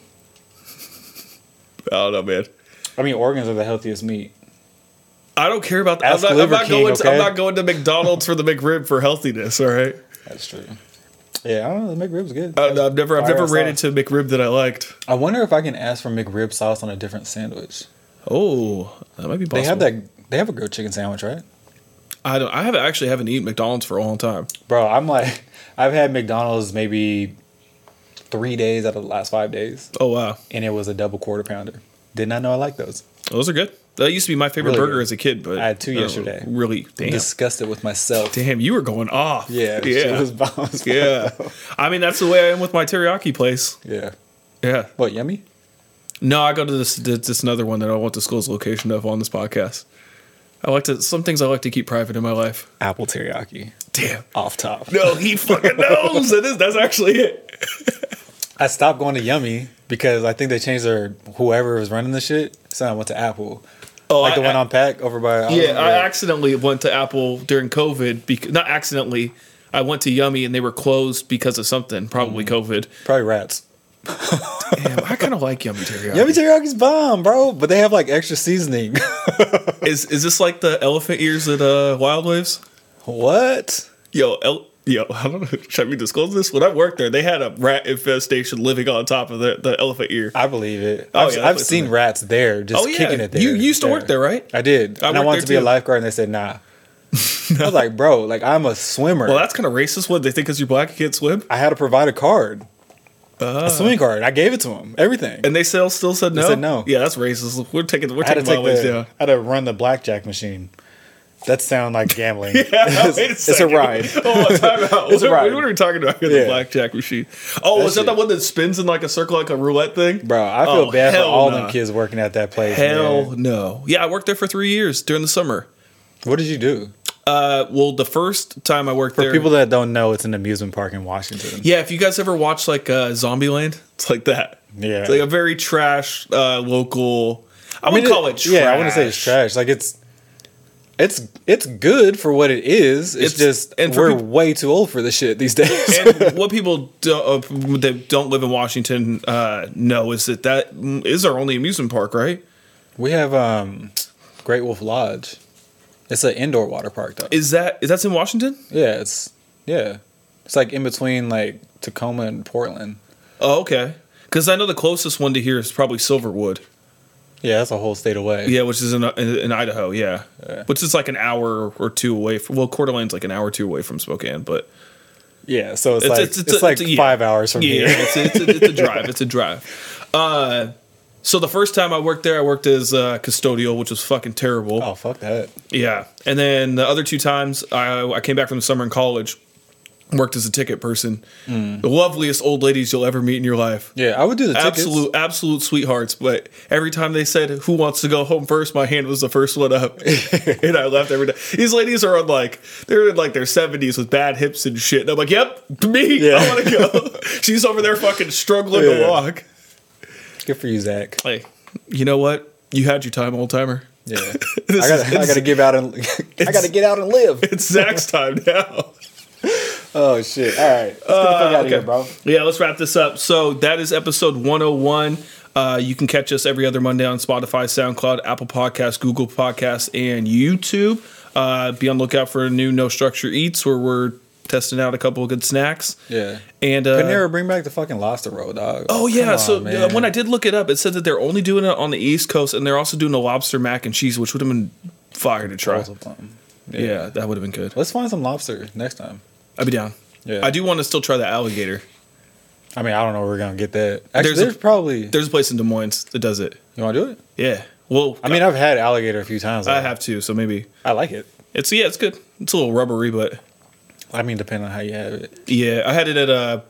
[SPEAKER 4] I don't know, man.
[SPEAKER 3] I mean, organs are the healthiest meat.
[SPEAKER 4] I don't care about that.
[SPEAKER 3] Ask
[SPEAKER 4] I'm not, I'm
[SPEAKER 3] Liver
[SPEAKER 4] not
[SPEAKER 3] King,
[SPEAKER 4] going. To, I'm
[SPEAKER 3] okay?
[SPEAKER 4] not going to McDonald's for the McRib for healthiness. All right.
[SPEAKER 3] That's true. Yeah, I don't know. The McRib's good.
[SPEAKER 4] I, I've never. I've
[SPEAKER 3] Fire
[SPEAKER 4] never
[SPEAKER 3] sauce.
[SPEAKER 4] ran into a McRib that I liked.
[SPEAKER 3] I wonder if I can ask for McRib sauce on a different sandwich.
[SPEAKER 4] Oh, that might be possible.
[SPEAKER 3] They have that. They have a grilled chicken sandwich, right?
[SPEAKER 4] I don't. I haven't actually haven't eaten McDonald's for a long time.
[SPEAKER 3] Bro, I'm like, *laughs* I've had McDonald's maybe three days out of the last five days,
[SPEAKER 4] Oh wow,
[SPEAKER 3] and it was a double quarter pounder. Did not know I liked those.
[SPEAKER 4] those are good. That used to be my favorite
[SPEAKER 3] Really
[SPEAKER 4] burger
[SPEAKER 3] good.
[SPEAKER 4] as a kid, but
[SPEAKER 3] I had two
[SPEAKER 4] don't
[SPEAKER 3] yesterday.
[SPEAKER 4] Really, damn,
[SPEAKER 3] Disgusted with myself.
[SPEAKER 4] damn, you were going off.
[SPEAKER 3] Yeah, *laughs*
[SPEAKER 4] yeah,
[SPEAKER 3] It was bombs. *laughs*
[SPEAKER 4] yeah. I mean, that's the way I am with my teriyaki place.
[SPEAKER 3] yeah.
[SPEAKER 4] Yeah,
[SPEAKER 3] What yummy?
[SPEAKER 4] No, I go to this this this another one that I won't disclose the location of on this podcast. I like to some things I like to keep private in my life.
[SPEAKER 3] Apple teriyaki.
[SPEAKER 4] Damn.
[SPEAKER 3] Off top.
[SPEAKER 4] No, he fucking knows. That is that's actually it.
[SPEAKER 3] I stopped going to Yummy because I think they changed their whoever was running the shit. So I went to Apple,
[SPEAKER 4] Oh,
[SPEAKER 3] like the
[SPEAKER 4] I-
[SPEAKER 3] one on Pack over by.
[SPEAKER 4] Yeah, I accidentally went to Apple during COVID because not accidentally. I went to Yummy and they were closed because of something, probably
[SPEAKER 3] Mm.
[SPEAKER 4] COVID.
[SPEAKER 3] probably rats.
[SPEAKER 4] Damn, I kind of
[SPEAKER 3] *laughs*
[SPEAKER 4] like Yummy Teriyaki.
[SPEAKER 3] Yummy teriyaki's bomb, bro. But they have like extra seasoning. *laughs*
[SPEAKER 4] Is is this like the elephant ears at uh, Wild Waves?
[SPEAKER 3] what?
[SPEAKER 4] Yo, El- yo, *laughs* I don't know. Should we disclose this? When I worked there, they had a rat infestation living on top of the, the elephant ear.
[SPEAKER 3] I believe it.
[SPEAKER 4] Oh,
[SPEAKER 3] I've,
[SPEAKER 4] yeah, that
[SPEAKER 3] I've
[SPEAKER 4] place
[SPEAKER 3] seen
[SPEAKER 4] is-
[SPEAKER 3] rats there, just
[SPEAKER 4] Oh, yeah.
[SPEAKER 3] kicking it there.
[SPEAKER 4] You- you used to
[SPEAKER 3] Yeah.
[SPEAKER 4] work there, right?
[SPEAKER 3] I did.
[SPEAKER 4] I
[SPEAKER 3] and I
[SPEAKER 4] worked
[SPEAKER 3] wanted
[SPEAKER 4] there
[SPEAKER 3] to be
[SPEAKER 4] too.
[SPEAKER 3] a lifeguard, and they said
[SPEAKER 4] *laughs*
[SPEAKER 3] nah. I was like, bro, like I'm a swimmer.
[SPEAKER 4] Well, that's kind of racist. What they think because you're black, you can't swim.
[SPEAKER 3] I had to provide a card,
[SPEAKER 4] Uh.
[SPEAKER 3] a swimming card. I gave it to him. Everything.
[SPEAKER 4] And they still still said no.
[SPEAKER 3] said no.
[SPEAKER 4] Yeah, that's racist. We're taking we're
[SPEAKER 3] I had to
[SPEAKER 4] taking
[SPEAKER 3] take
[SPEAKER 4] ways
[SPEAKER 3] the,
[SPEAKER 4] down.
[SPEAKER 3] I had to run the blackjack machine. That sound like gambling.
[SPEAKER 4] *laughs* Wait a
[SPEAKER 3] it's, it's a
[SPEAKER 4] second.
[SPEAKER 3] ride.
[SPEAKER 4] *laughs* Oh, time
[SPEAKER 3] *laughs*
[SPEAKER 4] out.
[SPEAKER 3] It's a
[SPEAKER 4] what,
[SPEAKER 3] ride.
[SPEAKER 4] what are we talking about here? The
[SPEAKER 3] Yeah.
[SPEAKER 4] blackjack machine. Oh,
[SPEAKER 3] That
[SPEAKER 4] was that
[SPEAKER 3] shit.
[SPEAKER 4] that one that spins in like a circle, like a roulette thing?
[SPEAKER 3] Bro, I feel
[SPEAKER 4] Oh,
[SPEAKER 3] bad for
[SPEAKER 4] hell
[SPEAKER 3] all
[SPEAKER 4] nah.
[SPEAKER 3] them kids working at that place.
[SPEAKER 4] Hell
[SPEAKER 3] man.
[SPEAKER 4] no. Yeah, I worked there for three years during the summer.
[SPEAKER 3] What did you do?
[SPEAKER 4] Uh, well, the first time I worked
[SPEAKER 3] For
[SPEAKER 4] there,
[SPEAKER 3] people that don't know, it's an amusement park in Washington.
[SPEAKER 4] yeah, if you guys ever watch like uh, Zombieland, it's like that.
[SPEAKER 3] Yeah.
[SPEAKER 4] it's like a very trash uh, local. I,
[SPEAKER 3] I mean,
[SPEAKER 4] wouldn't call it. trash.
[SPEAKER 3] Yeah, I wouldn't say it's trash. Like it's it's it's good for what it is. It's,
[SPEAKER 4] It's-
[SPEAKER 3] just
[SPEAKER 4] and for
[SPEAKER 3] we're
[SPEAKER 4] peop-
[SPEAKER 3] way too old for this shit these
[SPEAKER 4] *laughs*
[SPEAKER 3] days.
[SPEAKER 4] and what people do, uh, that don't live in Washington uh, know is that that is our only amusement park, right?
[SPEAKER 3] we have um Great Wolf Lodge. It's an indoor water park though.
[SPEAKER 4] Is that is that's in Washington?
[SPEAKER 3] yeah, it's yeah. It's like in between like Tacoma and Portland.
[SPEAKER 4] Oh, okay. Because I know the closest one to here is probably Silverwood.
[SPEAKER 3] Yeah, that's a whole state away.
[SPEAKER 4] Yeah, which is in, in, in Idaho. Yeah. which is like an hour or two away. From, well, Coeur d'Alene's like an hour or two away from Spokane, but
[SPEAKER 3] Yeah, so it's, like it's, like
[SPEAKER 4] a- yeah.
[SPEAKER 3] five hours from
[SPEAKER 4] yeah,
[SPEAKER 3] here.
[SPEAKER 4] Yeah, it's a, it's, a, it's a drive. It's a drive.
[SPEAKER 3] *laughs*
[SPEAKER 4] Uh, so the first time I worked there, I worked as uh, custodial, which was fucking terrible.
[SPEAKER 3] Oh fuck that.
[SPEAKER 4] Yeah, and then the other two times I, I came back from the summer in college, worked as a ticket person.
[SPEAKER 3] Mm.
[SPEAKER 4] The loveliest old ladies you'll ever meet in your life.
[SPEAKER 3] Yeah, I would do the tickets.
[SPEAKER 4] Absolute, absolute sweethearts. But every time they said, "Who wants to go home first?" my hand was the first
[SPEAKER 3] *laughs*
[SPEAKER 4] one up, and I left every day. These ladies are on like they're in like their seventies with bad hips and shit. And I'm like, "Yep, me. I
[SPEAKER 3] Yeah.
[SPEAKER 4] want
[SPEAKER 3] *laughs*
[SPEAKER 4] to go." She's over there fucking struggling to
[SPEAKER 3] Yeah.
[SPEAKER 4] walk.
[SPEAKER 3] Good for you, Zach.
[SPEAKER 4] Like, you know what? You had your time, old timer. *laughs*
[SPEAKER 3] Yeah, I
[SPEAKER 4] This
[SPEAKER 3] gotta,
[SPEAKER 4] is-
[SPEAKER 3] I gotta give out
[SPEAKER 4] *laughs*
[SPEAKER 3] and I gotta get out and live.
[SPEAKER 4] It's Zach's time now.
[SPEAKER 3] Oh shit! All right, let's get the fuck out of here,
[SPEAKER 4] Uh, okay.
[SPEAKER 3] bro.
[SPEAKER 4] Yeah, let's wrap this up. So that is episode 101. Uh, you can catch us every other Monday on Spotify, SoundCloud, Apple Podcasts, Google Podcasts, and YouTube. Uh, be on the lookout for a new No Structure Eats where we're testing out a couple of good snacks.
[SPEAKER 3] Yeah,
[SPEAKER 4] And uh,
[SPEAKER 3] Panera, bring back the fucking lobster roll, dog.
[SPEAKER 4] Oh yeah,
[SPEAKER 3] Come
[SPEAKER 4] so
[SPEAKER 3] on,
[SPEAKER 4] uh,
[SPEAKER 3] man.
[SPEAKER 4] when I did look it up, it said that they're only doing it on the East Coast, and they're also doing a lobster mac and cheese, which would have been fire to try.
[SPEAKER 3] Also something.
[SPEAKER 4] Yeah, that would have been good.
[SPEAKER 3] Let's find some lobster next time.
[SPEAKER 4] I'd be down.
[SPEAKER 3] Yeah.
[SPEAKER 4] I do want to still try the alligator.
[SPEAKER 3] I mean, I don't know where we're gonna get that. Actually,
[SPEAKER 4] There's a-
[SPEAKER 3] there's, probably.
[SPEAKER 4] There's a place in Des Moines that does it.
[SPEAKER 3] you want to do it?
[SPEAKER 4] Yeah. Well,
[SPEAKER 3] I mean, I've had alligator a few times.
[SPEAKER 4] I
[SPEAKER 3] like,
[SPEAKER 4] have to, so maybe
[SPEAKER 3] I like it.
[SPEAKER 4] it's yeah, it's good. It's a little rubbery, but
[SPEAKER 3] I mean, depending on how you have it.
[SPEAKER 4] yeah, I had it at a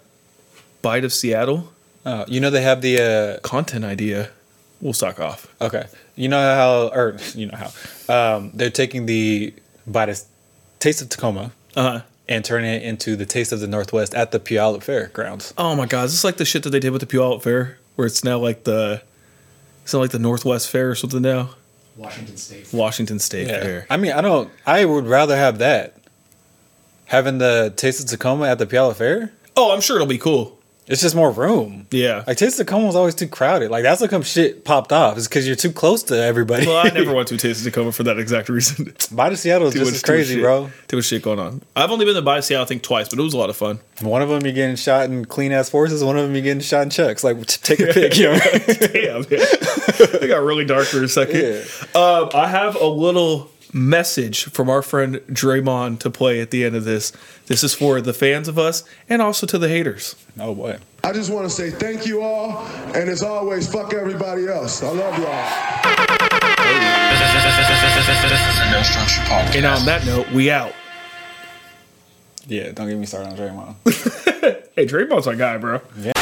[SPEAKER 4] bite of Seattle
[SPEAKER 3] Uh, you know they have the
[SPEAKER 4] content idea. We'll stock off.
[SPEAKER 3] uh, okay. You know how or *laughs* you know how um, they're taking the by the taste of Tacoma
[SPEAKER 4] Uh huh.
[SPEAKER 3] and turning it into the taste of the Northwest at the Puyallup Fairgrounds.
[SPEAKER 4] Oh my god, is this like the shit that they did with the Puyallup Fair, where it's now like the it's not like the Northwest Fair or something now,
[SPEAKER 1] Washington State.
[SPEAKER 4] Washington State Fair.
[SPEAKER 3] I mean, I don't. I would rather have that. Having the taste of Tacoma at the Puyallup Fair,
[SPEAKER 4] Oh, I'm sure it'll be cool.
[SPEAKER 3] it's just more room.
[SPEAKER 4] Yeah.
[SPEAKER 3] Like taste of Tacoma was always too crowded. Like that's how come shit popped off. Is because you're too close to everybody.
[SPEAKER 4] well, I
[SPEAKER 3] *laughs*
[SPEAKER 4] never went to Taste of Tacoma for that exact reason.
[SPEAKER 3] By the Seattle is
[SPEAKER 4] *laughs* Too
[SPEAKER 3] just
[SPEAKER 4] much-
[SPEAKER 3] as
[SPEAKER 4] too much
[SPEAKER 3] crazy,
[SPEAKER 4] shit-
[SPEAKER 3] bro.
[SPEAKER 4] Too much shit going on. I've only been to Bay Seattle, I think, twice, but it was a lot of fun.
[SPEAKER 3] One of them you're getting shot in clean ass forces. One of them you're getting shot in chucks. Like t- take a pick. You know?
[SPEAKER 4] Damn, man. *laughs* it got really dark for a second. Um, I have a little message from our friend Draymond to play at the end of this. This is for the fans of us and also to the haters.
[SPEAKER 3] *laughs* oh boy.
[SPEAKER 8] I just want to say thank you all, and as always, fuck everybody else. I love y'all.
[SPEAKER 2] This is a No Structure Podcast.
[SPEAKER 4] And on that note, we out.
[SPEAKER 3] Yeah. Don't get me started on Draymond.
[SPEAKER 4] Hey, Draymond's my guy, bro.
[SPEAKER 3] Yeah.